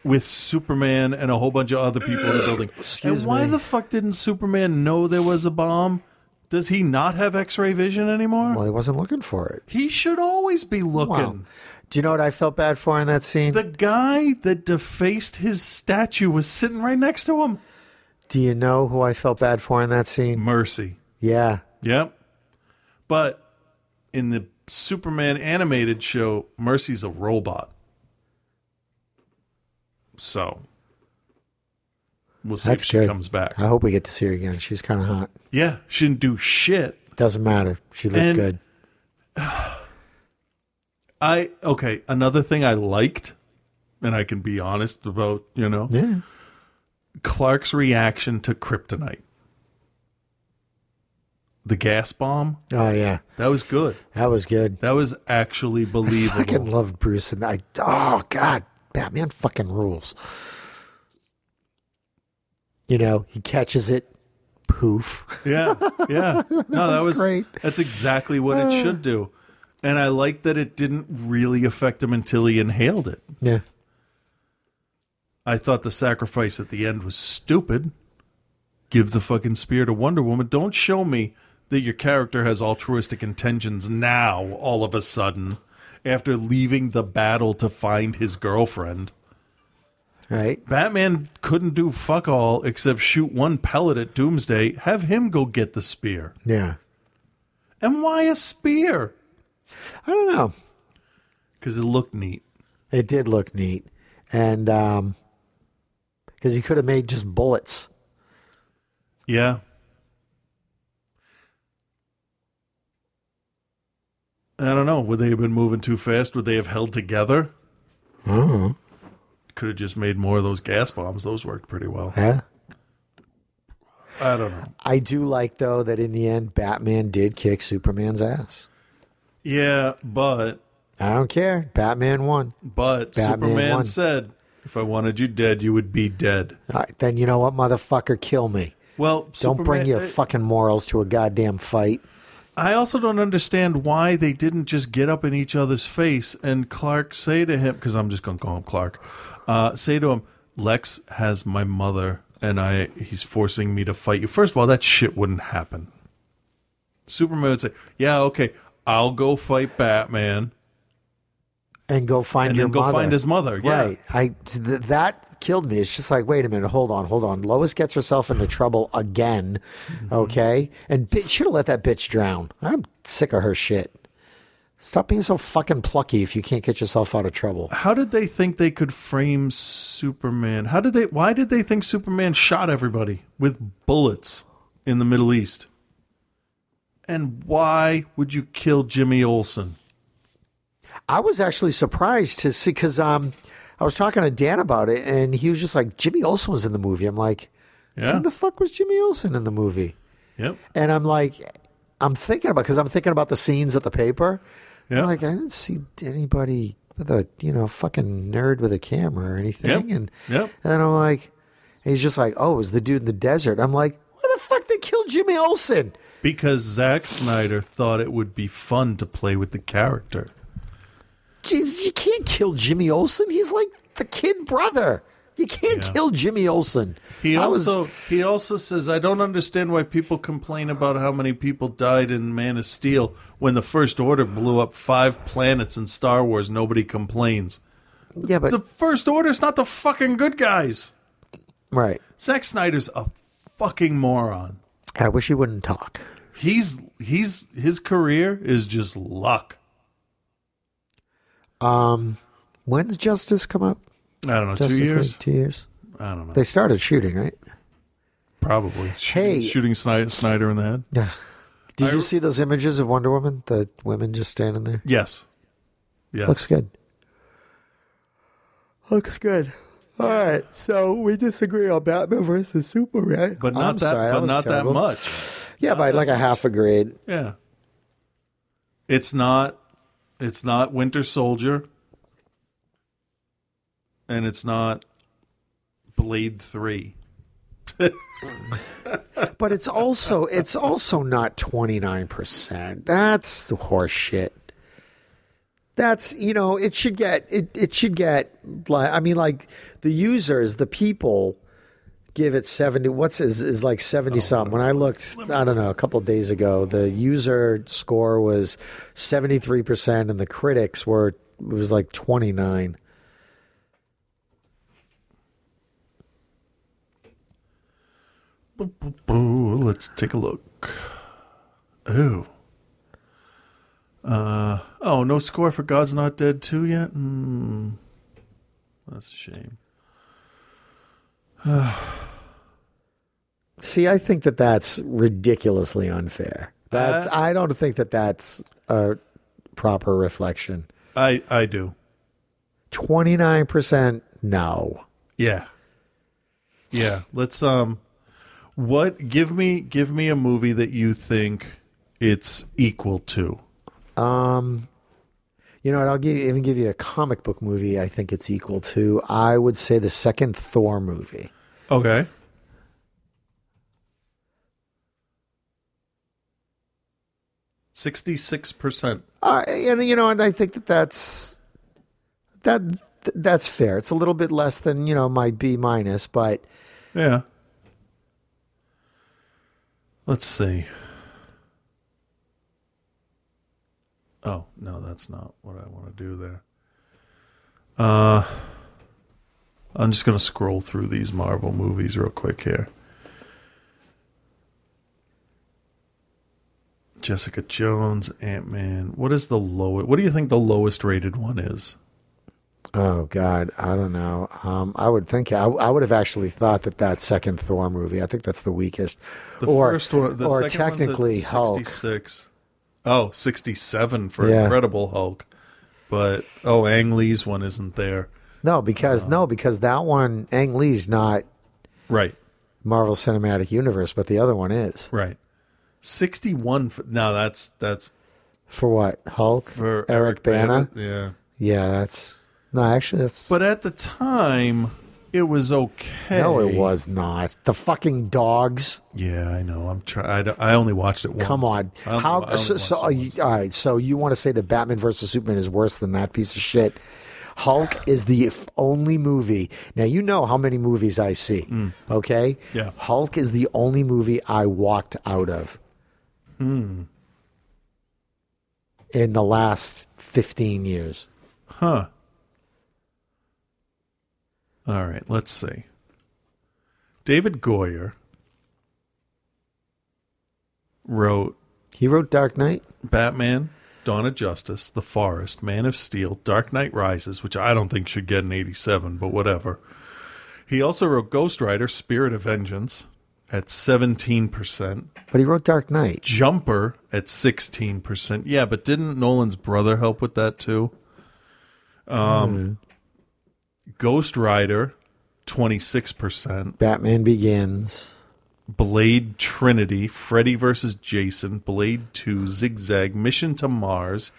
S4: with Superman and a whole bunch of other people in the building.
S7: Excuse
S4: and why
S7: me.
S4: the fuck didn't Superman know there was a bomb? Does he not have x ray vision anymore?
S10: Well, he wasn't looking for it.
S4: He should always be looking.
S10: Wow. Do you know what I felt bad for in that scene?
S4: The guy that defaced his statue was sitting right next to him.
S10: Do you know who I felt bad for in that scene?
S4: Mercy.
S10: Yeah.
S4: Yep. But in the Superman animated show, Mercy's a robot. So we'll see
S10: That's
S4: if she
S10: good.
S4: comes back.
S10: I hope we get to see her again. She's kind of hot.
S4: Yeah, she didn't do shit.
S10: Doesn't matter. She looked
S4: And-
S10: good.
S4: I okay, another thing I liked, and I can be honest about, you know.
S10: Yeah.
S4: Clark's reaction to kryptonite. The gas bomb.
S10: Oh yeah,
S4: That was good.
S10: that was good.
S4: That was actually believable.
S10: I fucking loved Bruce and I. Oh God, Batman fucking rules. You know, he catches it, poof.
S4: Yeah, yeah. No, that,
S10: was
S4: was
S10: great.
S4: That's exactly what it should do. And I like that it didn't really affect him until he inhaled it.
S10: Yeah.
S4: I thought the sacrifice at the end was stupid. Give the fucking spear to Wonder Woman. Don't show me that your character has altruistic intentions now, all of a sudden, after leaving the battle to find his girlfriend.
S10: Right.
S4: Batman couldn't do fuck all except shoot one pellet at Doomsday, have him go get the spear.
S10: Yeah.
S4: And why a spear?
S10: I don't know.
S4: Because it looked neat.
S10: It did look neat, and um, because he could have made just bullets.
S4: Yeah. I don't know. Would they have been moving too fast? Would they have held together?
S10: Oh.
S4: Could have just made more of those gas bombs. Those worked pretty well.
S10: Yeah.
S4: I don't know.
S10: I do like though that in the end, Batman did kick Superman's ass.
S4: Yeah, but
S10: I don't care. Batman won.
S4: but
S10: Batman
S4: Superman
S10: won.
S4: said, "If I wanted you dead, you would be dead."
S10: All right, then you know what, motherfucker, kill me.
S4: Well,
S10: Don't bring
S4: Superman-
S10: your
S4: uh,
S10: fucking morals to a goddamn fight.
S4: I also don't understand why they didn't just get up in each other's face and Clark say to him, because I'm just going to call him Clark, uh, say to him, Lex has my mother and I he's forcing me to fight you. First of all, that shit wouldn't happen. Superman would say, Yeah, okay, I'll go fight Batman.
S10: and go find
S4: And
S10: your
S4: then go
S10: mother.
S4: find his mother, yeah.
S10: Right. I th- that killed me. It's just like, wait a minute, hold on, hold on. Lois gets herself into trouble again.
S4: Mm-hmm.
S10: Okay, and bi- should have let that bitch drown. I'm sick of her shit. Stop being so fucking plucky if you can't get yourself out of trouble.
S4: How did they think they could frame Superman? How did they why did they think Superman shot everybody with bullets in the Middle East? And why would you kill Jimmy Olsen?
S10: I was actually surprised to see because um, I was talking to Dan about it, and he was just like, Jimmy Olsen was in the movie. I'm like,
S4: Yeah.
S10: when the fuck was Jimmy Olsen in the movie?
S4: Yep.
S10: And I'm like, I'm thinking about because I'm thinking about the scenes at the paper.
S4: Yeah.
S10: I'm like, I didn't see anybody with a you know fucking nerd with a camera or anything.
S4: Yep.
S10: And
S4: Yep.
S10: and then I'm like, and he's just like, oh, it was the dude in the desert. I'm like, where the fuck they killed Jimmy Olsen?
S4: Because Zack Snyder thought it would be fun to play with the character.
S10: Jesus, you can't kill Jimmy Olsen. He's like the kid brother. You can't
S4: Yeah.
S10: kill Jimmy Olsen.
S4: He
S10: I was-
S4: also he also says I don't understand why people complain about how many people died in Man of Steel when the First Order blew up five planets in Star Wars nobody complains.
S10: Yeah, but
S4: the First Order's not the fucking good guys.
S10: right.
S4: Zack Snyder's a fucking moron.
S10: I wish he wouldn't talk.
S4: He's he's his career is just luck.
S10: Um, when's Justice come out?
S4: I don't know, two
S10: Justice
S4: years?
S10: League, two years.
S4: I don't know.
S10: They started shooting, right?
S4: Probably
S10: Hey.
S4: shooting Snyder, Snyder in the head.
S10: Yeah. Did you see those images of Wonder Woman? The women just standing there.
S4: Yes. Yes.
S10: Looks good. Looks good. All right, so we disagree on Batman versus Superman,
S4: But not
S10: I'm
S4: that.
S10: sorry,
S4: but
S10: was
S4: not
S10: terrible.
S4: that much.
S10: Yeah, by like a half a grade.
S4: Yeah. It's not. It's not Winter Soldier. And it's not Blade Three.
S10: But it's also it's also not twenty nine percent. That's the horse shit. That's you know it should get it it should get like I mean like the users the people give it seventy. What's is is like seventy something. When I looked, I don't know, a couple of days ago, the user score was seventy three percent, and the critics were it was like twenty nine.
S4: Ooh, let's take a look. Ooh. Uh oh, no score for God's Not Dead Two yet. Hmm. That's a shame.
S10: See, I think that that's ridiculously unfair. That's
S4: Uh,
S10: I don't think that that's a proper reflection.
S4: I I do.
S10: Twenty nine percent, no.
S4: Yeah. Yeah. Let's um what give me give me a movie that you think it's equal to.
S10: Um, you know what? I'll give, even give you a comic book movie. I think it's equal to. I would say the second Thor movie.
S4: Okay. Sixty-six percent.
S10: Uh, and you know, and I think that that's that th- that's fair. It's a little bit less than you know my B minus, but
S4: Yeah. Let's see. Oh, no, that's not what I want to do there. Uh I'm just going to scroll through these Marvel movies real quick here. Jessica Jones, Ant-Man. What is the lowest? What do you think the lowest rated one is?
S10: oh god, I don't know. Um, I would think I, I would have actually thought that that second Thor movie. I think that's the weakest.
S4: The
S10: or
S4: first one, the
S10: or
S4: second one's at
S10: technically Hulk.
S4: 66. Oh, 67 for
S10: Yeah.
S4: Incredible Hulk. But oh, Ang Lee's one isn't there.
S10: No, because no, because that one Ang Lee's not
S4: Right.
S10: Marvel Cinematic Universe, but the other one is.
S4: Right. 61 for, no, that's that's
S10: For what? Hulk?
S4: for
S10: Eric, Bana?
S4: Yeah.
S10: Yeah, that's no. Actually, that's
S4: But at the time it was okay.
S10: no. It was not the fucking dogs.
S4: Yeah, I know. I'm trying I only watched it once.
S10: Come on,
S4: I only- I
S10: how?
S4: only
S10: So, so
S4: watched
S10: are you- all right. So you want to say that Batman versus Superman is worse than that piece of shit? Hulk is the f- only movie. Now you know how many movies I see. Okay.
S4: Hmm. Yeah.
S10: Hulk is the only movie I walked out of
S4: it. Hmm.
S10: in the last fifteen years.
S4: Huh. All right, let's see. David Goyer wrote
S10: He wrote Dark Knight.
S4: Batman, Dawn of Justice, The Forest, Man of Steel, Dark Knight Rises, which I don't think should get an 87, but whatever. He also wrote Ghost Rider, Spirit of Vengeance at 17%,
S10: But he wrote Dark Knight.
S4: Jumper at 16%. Yeah, but didn't Nolan's brother help with that too? Um, Ghost Rider, 26%.
S10: Batman Begins.
S4: Blade Trinity, Freddy versus Jason, Blade 2, Zigzag, Mission to Mars.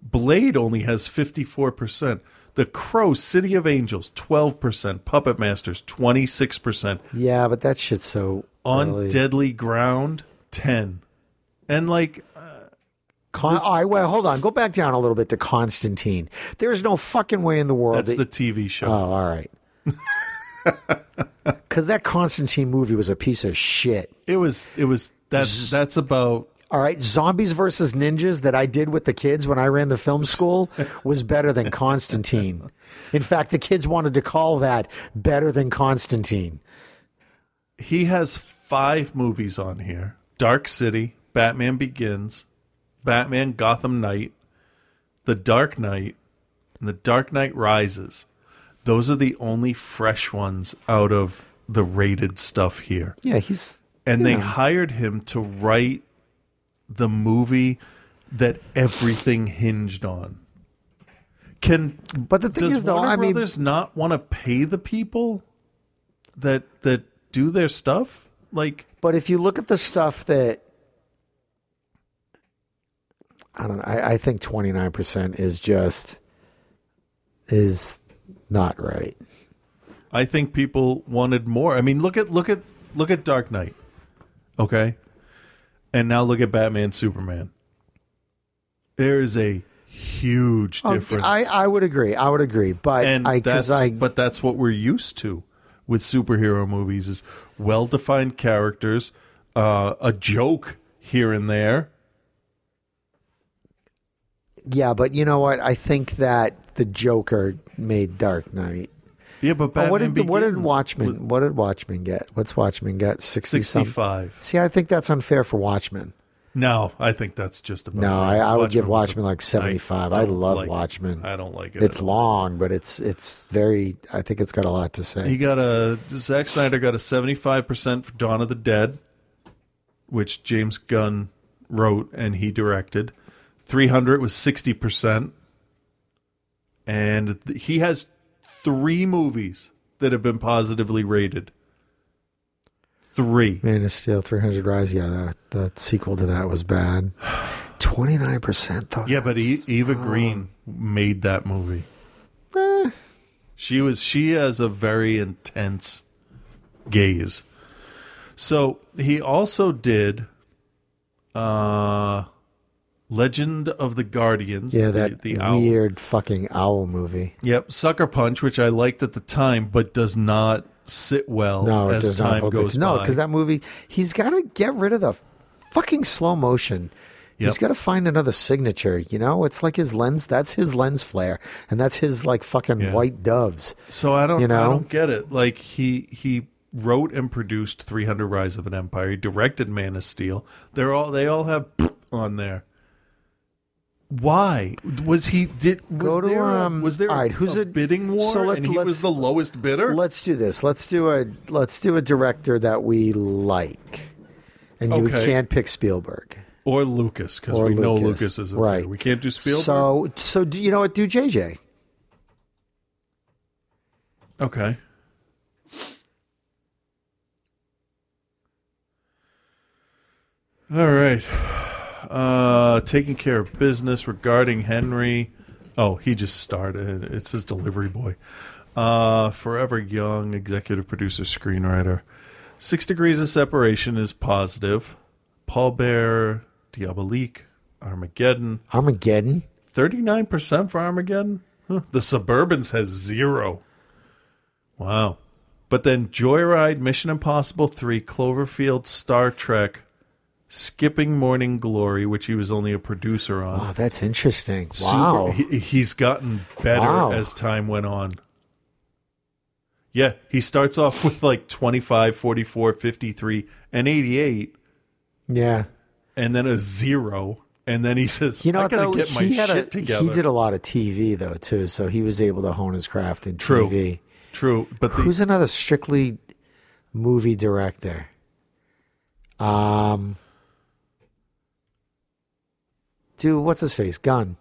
S4: Blade only has 54%. The Crow, City of Angels, 12%. Puppet Masters, 26%.
S10: Yeah, but that shit's so
S4: On
S10: early.
S4: Deadly Ground, 10. And like,
S10: Con- all right, well, hold on. Go back down a little bit to Constantine. There's no fucking way in the world.
S4: that's the
S10: that-
S4: TV show.
S10: oh, all right. Because that Constantine movie was a piece of shit.
S4: It was. It was. That's. That's about
S10: All right, Zombies versus Ninjas that I did with the kids when I ran the film school was better than Constantine. In fact, the kids wanted to call that better than Constantine.
S4: He has five movies on here Dark City, Batman Begins, Batman Gotham Knight, The Dark Knight, and The Dark Knight Rises. Those are the only fresh ones out of the rated stuff here.
S10: Yeah, he's
S4: And
S10: you
S4: they
S10: know.
S4: hired him to write the movie that everything hinged on. Can
S10: but the thing
S4: does
S10: is, though,
S4: Warner
S10: I mean-
S4: Brothers not want to pay the people that that do their stuff? Like,
S10: but if you look at the stuff that I don't know, I, I think twenty nine percent is just is not right.
S4: I think people wanted more. I mean, look at look at look at Dark Knight. Okay? And now look at Batman Superman. There is a huge
S10: Oh,
S4: difference.
S10: I, I would agree. I would agree. But
S4: and
S10: I
S4: that's
S10: because I
S4: but that's what we're used to with superhero movies is well-defined characters, uh, a joke here and there.
S10: yeah, but you know what? I think that the Joker made Dark Knight.
S4: Yeah, but
S10: Oh,
S4: Batman
S10: what did the- what did
S4: Begins
S10: Watchmen?
S4: was-
S10: what did Watchmen get? What's Watchmen got? Sixty some-
S4: 65.
S10: See, I think that's unfair for Watchmen.
S4: No, I think that's just about
S10: No,
S4: right.
S10: I, I would give
S4: was a-
S10: Watchmen like seventy five. I,
S4: don't
S10: love
S4: like it.
S10: Watchmen.
S4: I don't like it
S10: It's
S4: at all.
S10: long, but it's it's very. I think it's got a lot to say.
S4: He got a Zack Snyder got a seventy five percent for Dawn of the Dead, which James Gunn wrote and he directed. Three hundred was sixty percent, and th- he has three movies that have been positively rated. Three.
S10: Man of Steel, three hundred Rise. Yeah, the, the sequel to that was bad. Twenty nine percent though.
S4: yeah, but e-
S10: that's-
S4: Eva
S10: oh.
S4: Green made that movie.
S10: Eh.
S4: She was she has a very intense gaze. So he also did uh Legend of the Guardians.
S10: Yeah,
S4: the-
S10: that
S4: the, owls.
S10: weird fucking owl movie.
S4: Yep, Sucker Punch, which I liked at the time, but does not sit well
S10: No, it
S4: Oh, as
S10: does not
S4: time
S10: hold
S4: goes
S10: it. No,
S4: by.
S10: because that movie, he's got to get rid of the fucking slow motion. He's
S4: Yep.
S10: got to find another signature. You know, it's like his lens. That's his lens flare, and that's his like fucking
S4: Yeah.
S10: white doves.
S4: So I don't
S10: You know?
S4: I don't get it. Like he he wrote and produced 300 Rise of an Empire, he directed Man of Steel. They're all they all have on there. Why was he did was
S10: Go to
S4: there a-
S10: um.
S4: was there
S10: all right? Who's
S4: a,
S10: a
S4: bidding war
S10: So let's,
S4: and he
S10: let's,
S4: was the lowest bidder?
S10: Let's do this. Let's do a let's do a director that we like, and you
S4: Okay.
S10: can't pick Spielberg.
S4: or Lucas cuz
S10: or
S4: we know
S10: Lucas.
S4: Lucas isn't
S10: Right.
S4: fair. We can't do Spielberg.
S10: So so do you know what? Do JJ.
S4: okay. All right. Uh taking care of business regarding Henry. Oh, he just started. It's his delivery boy. Uh Forever Young, executive producer, screenwriter. Six Degrees of Separation is positive. Paul Bear, Diabolique, Armageddon.
S10: Armageddon?
S4: 39% for Armageddon? Huh. The Suburbans has zero. Wow. But then Joyride, Mission Impossible 3, Cloverfield, Star Trek, Skipping Morning Glory, which he was only a producer on.
S10: Oh, that's interesting.
S4: Super-
S10: Wow.
S4: Uh, he, he's gotten better
S10: Wow.
S4: as time went on. Yeah, he starts off with like 25, 44, 53, and 88,
S10: yeah.
S4: and then a zero. And then he says,
S10: You know,
S4: I
S10: what,
S4: gotta
S10: though,
S4: get my
S10: he had
S4: shit
S10: a,
S4: together.
S10: He did a lot of TV though too, so he was able to hone his craft in
S4: True.
S10: TV.
S4: True, but the,
S10: Who's another strictly movie director? Um, dude, what's his face? Gunn.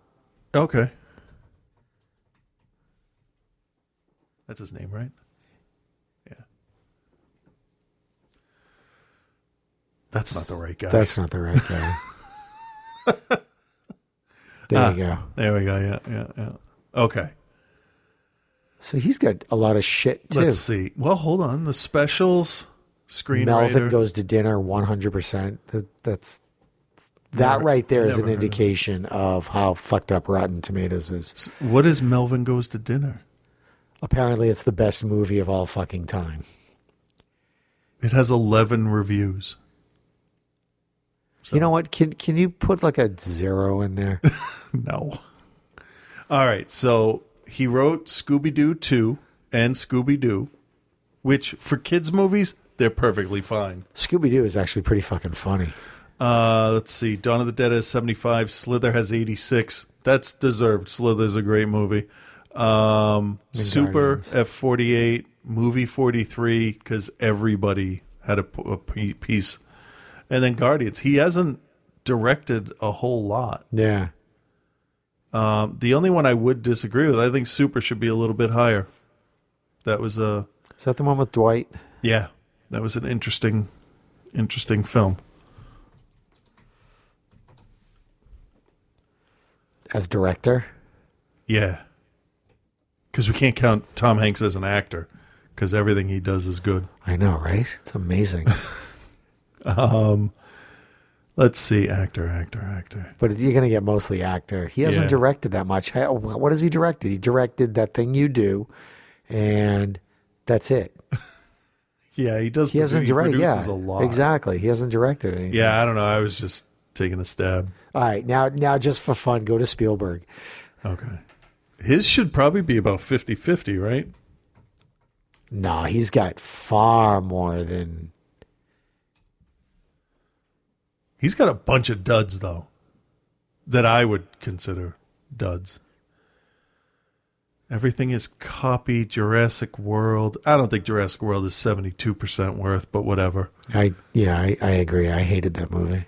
S4: Okay. That's his name, right? Yeah. That's not the right guy.
S10: That's not the right guy. there you
S4: Ah,
S10: go.
S4: There we go. Yeah, yeah, yeah. Okay.
S10: So he's got a lot of shit too.
S4: Let's see. Well, hold on. The specials screenwriter.
S10: Melvin goes to dinner 100%. That, that's that
S4: Never-
S10: right there is
S4: never
S10: an
S4: heard of it.
S10: indication of how fucked up Rotten Tomatoes is.
S4: What is Melvin goes to dinner?
S10: Apparently, it's the best movie of all fucking time.
S4: It has eleven reviews.
S10: You know what? Can can you put like a zero in there?
S4: no. All right, so he wrote Scooby Doo 2 and Scooby Doo, which for kids' movies, they're perfectly fine.
S10: Scooby Doo is actually pretty fucking funny.
S4: Uh, let's see. Dawn of the Dead has 75, Slither has 86. That's deserved. Slither's a great movie. Um,
S10: And
S4: Super F 48, movie 43, because everybody had a, p- a p- piece. And then Guardians. He hasn't directed a whole lot.
S10: Yeah.
S4: Um, the only one I would disagree with, I think Super should be a little bit higher. That was a
S10: Is that the one with Dwight?
S4: yeah, that was an interesting, interesting film.
S10: as director.
S4: Yeah, because we can't count Tom Hanks as an actor because everything he does is good.
S10: I know, right? It's amazing.
S4: um, let's see, actor, actor, actor.
S10: But you're going to get mostly actor. He hasn't
S4: Yeah.
S10: directed that much. How- What has he directed? He directed that thing you do, and that's it.
S4: Yeah, he does.
S10: He hasn't
S4: produ-
S10: directed. Yeah,
S4: produces a lot.
S10: exactly. He hasn't directed anything.
S4: Yeah, I don't know. I was just taking a stab.
S10: All right, now, now just for fun, go to Spielberg.
S4: Okay. His should probably be about 50-50, right?
S10: No, he's got far more than
S4: He's got a bunch of duds though, that I would consider duds. Everything is copy Jurassic World. I don't think Jurassic World is seventy two percent worth, but whatever.
S10: I. Yeah, I, I agree. I hated that movie.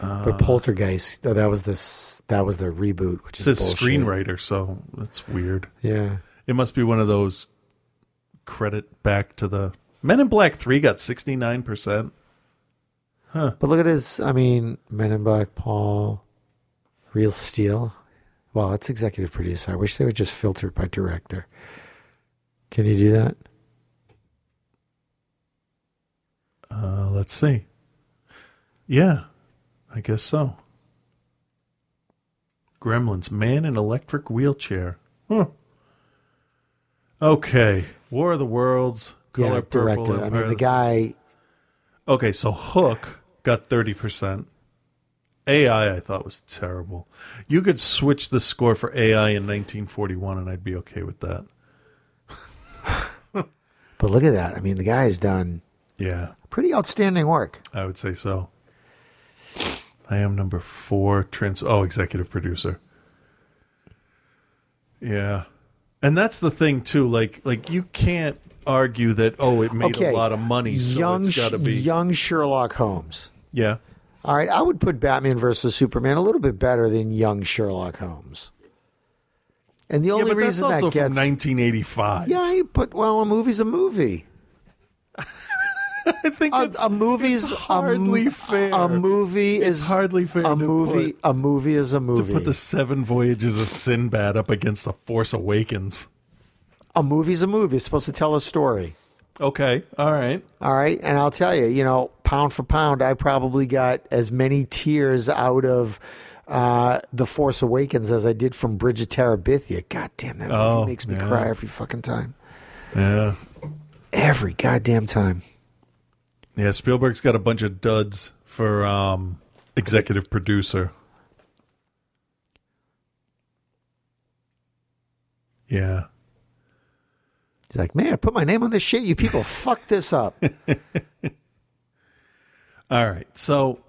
S4: Uh,
S10: but Poltergeist, oh, that was this. That was the reboot, which
S4: It says
S10: is bullshit.
S4: screenwriter, so that's weird.
S10: Yeah.
S4: it must be one of those credit back to the Men in Black Three got sixty nine percent. Huh.
S10: But look at his, I mean, Men in Black, Paul, Real Steel. Well, that's executive producer. I wish they would just filter by director. Can you do that?
S4: Uh, let's see. Yeah, I guess so. Gremlins, man in electric wheelchair. Huh. Okay, War of the Worlds, color
S10: yeah,
S4: purple.
S10: director. I mean,
S4: Empire
S10: the
S4: of
S10: guy,
S4: Okay, so Hook got thirty percent. AI, I thought was terrible. You could switch the score for AI in 1941, and I'd be okay with that.
S10: but look at that. I mean, the guy's done
S4: Yeah,
S10: pretty outstanding work.
S4: I would say so. I am number four. Trans. Oh, executive producer. Yeah, and that's the thing too. Like, like you can't argue that. Oh, it made
S10: Okay,
S4: a lot of money, so
S10: young,
S4: it's got to be.
S10: Sh- Young Sherlock Holmes.
S4: Yeah.
S10: All right, I would put Batman versus Superman a little bit better than Young Sherlock Holmes. And the
S4: yeah,
S10: only
S4: but that's
S10: reason
S4: also
S10: that gets
S4: from 1985.
S10: Yeah, but well, a movie's a movie.
S4: I think
S10: a, a movie's
S4: hardly
S10: a, m-
S4: fair.
S10: A movie is
S4: hardly fair
S10: A
S4: to
S10: movie, a movie is a
S4: To
S10: movie.
S4: put the Seven Voyages of Sinbad up against the Force Awakens.
S10: a movie's a movie. It's supposed to tell a story.
S4: Okay, all right.
S10: All right, and I'll tell you, you know, pound for pound, I probably got as many tears out of uh, the Force Awakens as I did from Bridge of Terabithia. God damn, that movie
S4: Oh,
S10: makes me
S4: yeah.
S10: cry every fucking time.
S4: Yeah.
S10: Every goddamn time.
S4: Yeah, Spielberg's got a bunch of duds for um, executive producer. Yeah.
S10: He's like, man, I put my name on this shit. You people fuck this up.
S4: All right. So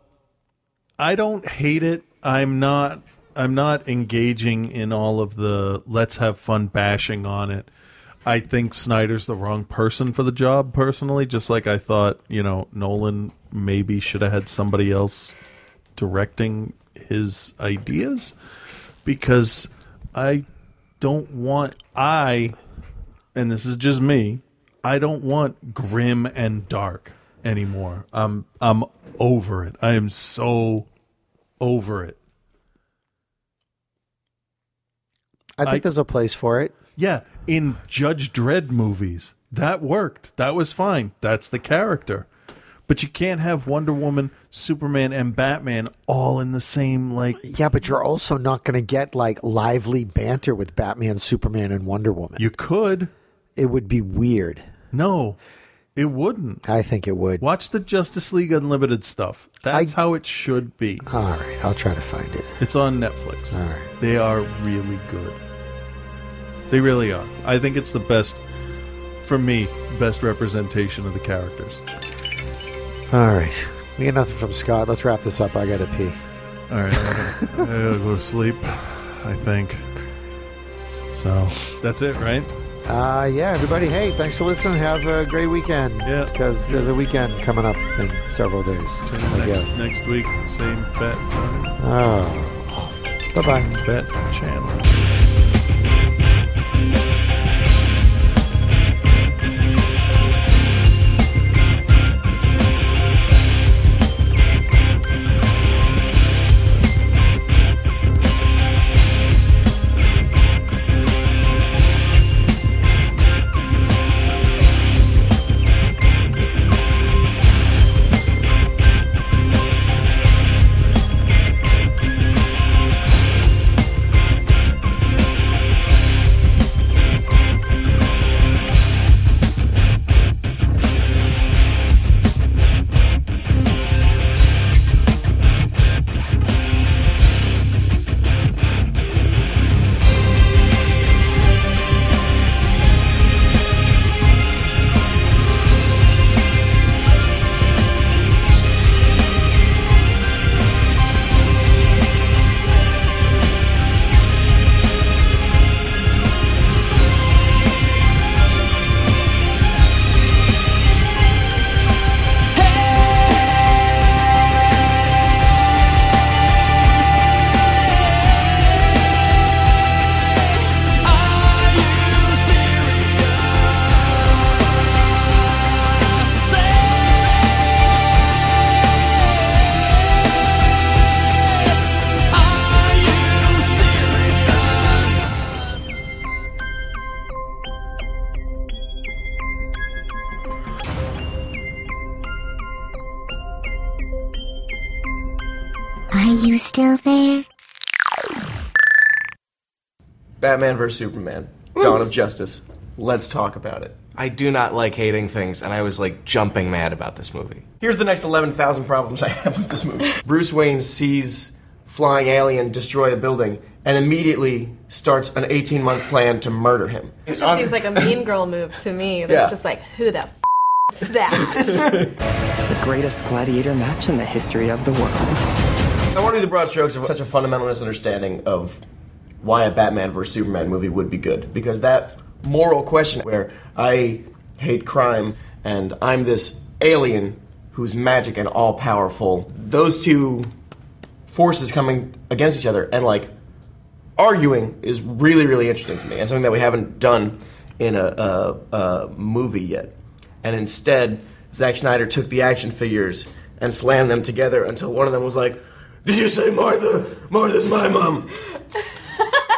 S4: I don't hate it. I'm not I'm not engaging in all of the let's have fun bashing on it. I think Snyder's the wrong person for the job personally, just like I thought, you know, Nolan maybe should have had somebody else directing his ideas because I don't want I and this is just me, I don't want grim and dark anymore. I'm I'm over it. I am so over it.
S10: I think
S4: I-
S10: there's a place for it.
S4: Yeah, in Judge Dredd movies, that worked. That was fine. That's the character. But you can't have Wonder Woman, Superman, and Batman all in the same like
S10: Yeah, but you're also not going to get like lively banter with Batman, Superman, and Wonder Woman.
S4: you could.
S10: It would be weird.
S4: No. It wouldn't.
S10: I think it would.
S4: Watch the Justice League Unlimited stuff. That's how it should be.
S10: All right, I'll try to find it.
S4: It's on Netflix.
S10: All right.
S4: They are really good. They really are. I think it's the best, for me, best representation of the characters.
S10: All right. We got nothing from Scott. Let's wrap this up. I got to pee.
S4: All right, I'm gonna, I gotta go to sleep, I think. So that's it, right?
S10: Uh, yeah, everybody. Hey, thanks for listening. Have a great weekend. Yeah. Because there's a weekend coming up in several days. I
S4: Next,
S10: guess.
S4: next week, same bet time,
S10: Oh. Bye bye.
S4: bet channel.
S7: Are you still there?
S1: Batman vs Superman, Dawn of Justice. Let's talk about it.
S2: I do not like hating things, and I was like jumping mad about this movie.
S1: Here's the next 11,000 problems I have with this movie. Bruce Wayne sees flying alien destroy a building and immediately starts an 18 month plan to murder him.
S3: It just seems like a mean girl move to me. That's
S1: Yeah.
S3: just like, who the f- is that?
S12: The greatest gladiator match in the history of the world.
S1: I want to do the broad strokes of such a fundamental misunderstanding of why a Batman vs Superman movie would be good because that moral question where I hate crime and I'm this alien who's magic and all powerful. Those two forces coming against each other and like arguing is really really interesting to me and something that we haven't done in a, a, a movie yet and instead Zack Snyder took the action figures and slammed them together until one of them was like did you say Martha Martha's my mom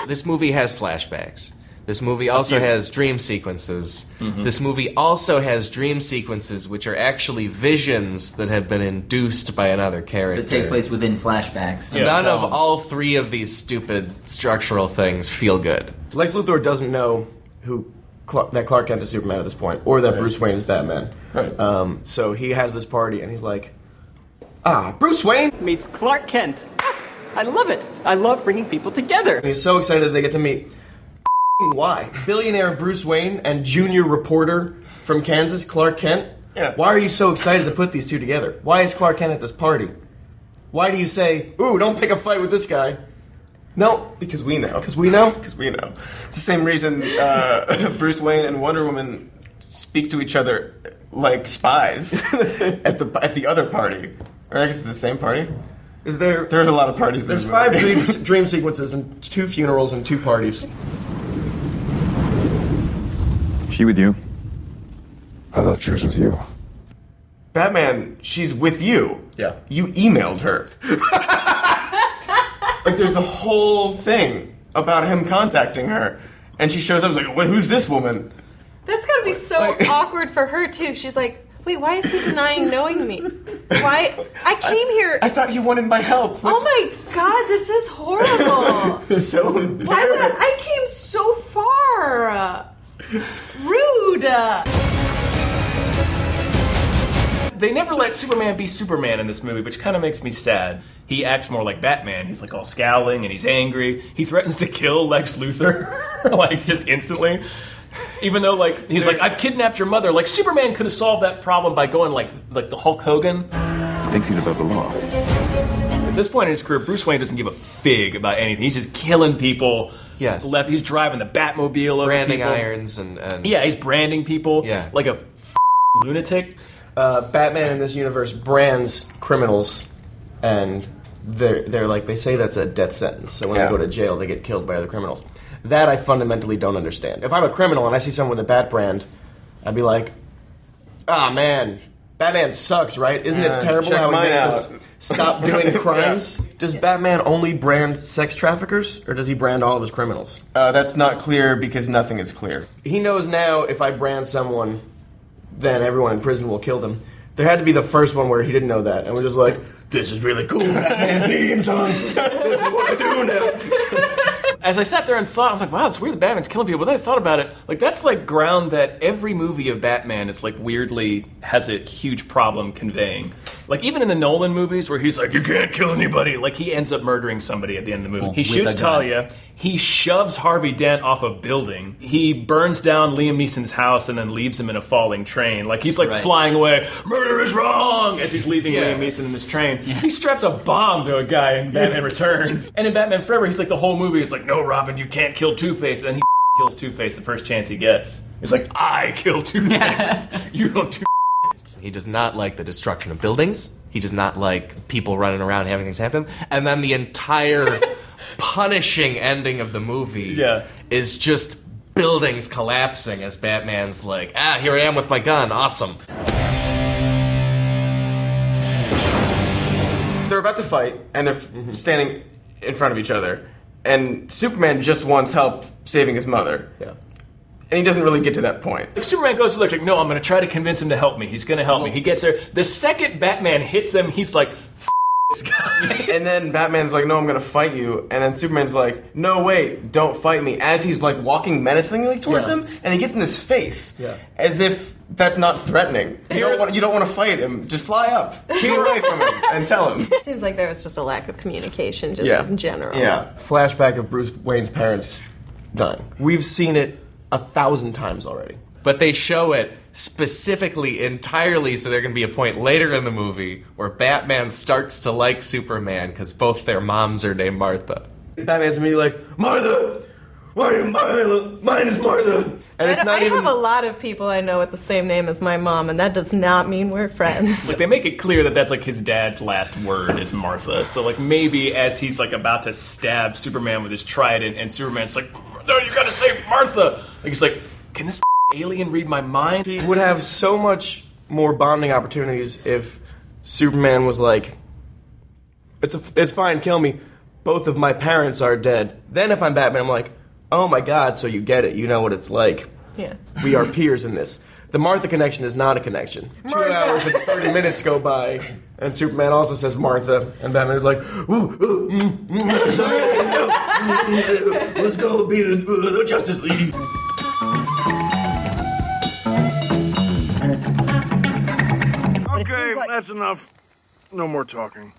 S2: this movie has flashbacks. This movie also
S1: Oh, Yeah.
S2: has dream sequences.
S1: Mhm.
S2: This movie also has dream sequences, which are actually visions that have been induced by another character.
S13: That take place within flashbacks.
S2: None of
S13: themselves.
S2: all three of these stupid structural things feel good.
S1: Lex Luthor doesn't know who Clark, that Clark Kent is Superman at this point, or that
S2: Right.
S1: Bruce Wayne is Batman.
S2: Right.
S1: Um, so he has this party, and he's like, "Ah, Bruce Wayne
S14: meets Clark Kent. Ah, I love it. I love bringing people together.
S1: And he's so excited that they get to meet. Why? Billionaire Bruce Wayne and junior reporter from Kansas, Clark Kent. Yeah. Why are you so excited to put these two together? Why is Clark Kent at this party? Why do you say, "Ooh, don't pick a fight with this guy"? No,
S15: because we know. Because
S1: we know.
S15: Because we know. It's the same reason uh, Bruce Wayne and Wonder Woman speak to each other like spies at the at the other party. Or I guess it's the same party.
S1: Is there?
S15: There's a lot of parties. in
S1: There's
S15: this
S1: five
S15: movie.
S1: dream, dream sequences and two funerals and two parties.
S16: She with you? I thought she was with you.
S15: Batman, she's with you.
S1: Yeah.
S15: You emailed her. like, there's a whole thing about him contacting her. And she shows up, and is like, "Wait, who's this woman?
S3: That's gotta be so awkward for her, too. She's like, wait, why is he denying knowing me? Why? I came here.
S15: I thought he wanted my help.
S3: Oh my god, this is horrible.
S15: so
S3: Why would I?
S15: embarrassed.
S3: I came so far. Rude.
S6: they never let Superman be Superman in this movie, which kind of makes me sad. He acts more like Batman. He's like all scowling and he's angry. He threatens to kill Lex Luthor, like just instantly. Even though like he's like I've kidnapped your mother. Like Superman could have solved that problem by going like like the Hulk Hogan.
S16: He thinks he's above the law.
S6: At this point in his career, Bruce Wayne doesn't give a fig about anything. He's just killing people.
S2: Yes.
S6: Left. He's driving the Batmobile over
S2: branding
S6: people.
S2: irons and, and
S6: Yeah, he's branding people.
S2: Yeah.
S6: Like a f- lunatic.
S1: Uh, Batman in this universe brands criminals, and they're they're like they say that's a death sentence. So when
S2: Yeah.
S1: they go to jail, they get killed by other criminals. That I fundamentally don't understand. If I'm a criminal and I see someone with a bat brand, I'd be like, Ah man, Batman sucks, right? Isn't
S15: Yeah,
S1: it terrible
S15: check
S1: how he
S15: mine
S1: makes
S15: out."
S1: us stop doing
S15: Yeah.
S1: crimes? Does Batman only brand sex traffickers, or does he brand all of his criminals? Uh, that's not clear because nothing is clear. He knows now if I brand someone, then everyone in prison will kill them. There had to be the first one where he didn't know that, and we're just like, this is really cool, Batman theme song. This is what I do now.
S6: As I sat there and thought, I'm like, wow, it's weird that Batman's killing people. But then I thought about it, like that's like ground that every movie of Batman is like weirdly has a huge problem conveying. Like even in the Nolan movies where he's like, you can't kill anybody, like he ends up murdering somebody at the end of the movie. He
S17: With
S6: shoots
S17: a gun.
S6: Talia, he shoves Harvey Dent off a building, he burns down Liam Neeson's house and then leaves him in a falling train. Like he's like
S17: Right.
S6: flying away, murder is wrong, as he's leaving
S17: Yeah.
S6: Liam Neeson in this train. He straps a bomb to a guy in Batman Returns. And in Batman Forever, he's like the whole movie is like, no, Robin, you can't kill Two Face. And he kills Two Face the first chance he gets. He's like, I kill Two Face. you don't do
S2: He does not like the destruction of buildings. He does not like people running around having things happen. And then the entire punishing ending of the movie
S6: Yeah.
S2: is just buildings collapsing as Batman's like, ah, here I am with my gun. Awesome.
S15: They're about to fight, and they're f- standing in front of each other. And Superman just wants help saving his mother. Yeah. And he doesn't really get to that point.
S6: Like Superman goes to Lex, like, no, I'm going to try to convince him to help me. He's going to help me. He gets there. The second Batman hits him, he's like, F- this guy.
S15: and then Batman's like, "No, I'm gonna fight you." And then Superman's like, "No, wait, don't fight me." As he's like walking menacingly towards
S1: Yeah.
S15: him, and he gets in his face,
S1: Yeah.
S15: as if that's not threatening. You don't want you don't want to fight him. Just fly up, get away from him, and tell him.
S3: Seems like there was just a lack of communication, just
S1: Yeah.
S3: in general.
S1: Yeah. Flashback of Bruce Wayne's parents dying. We've seen it a thousand times already.
S2: But they show it specifically entirely so there can be a point later in the movie where Batman starts to like Superman because both their moms are named Martha.
S1: Batman's me like, Martha! Why are you Martha? Mine is Martha! And
S3: I,
S1: it's
S3: don't-
S1: not
S3: I
S1: even.
S3: have a lot of people I know with the same name as my mom, and that does not mean we're friends.
S6: Like they make it clear that that's like his dad's last word is Martha. So like maybe as he's like about to stab Superman with his trident, and Superman's like, "No, you gotta save Martha." Like he's like, "Can this alien read my mind?"
S1: He would have so much more bonding opportunities if Superman was like, "It's a, it's fine, kill me. Both of my parents are dead." Then if I'm Batman, I'm like, "Oh my God!" So you get it. You know what it's like.
S3: Yeah.
S1: We are peers in this. The Martha connection is not a connection. Two hours and thirty minutes go by, and Superman also says Martha, and Batman's like, ooh, ooh, mm, mm, I'm sorry, no, mm, mm, let's go be the, the Justice League.
S18: Okay, that's enough. No more talking.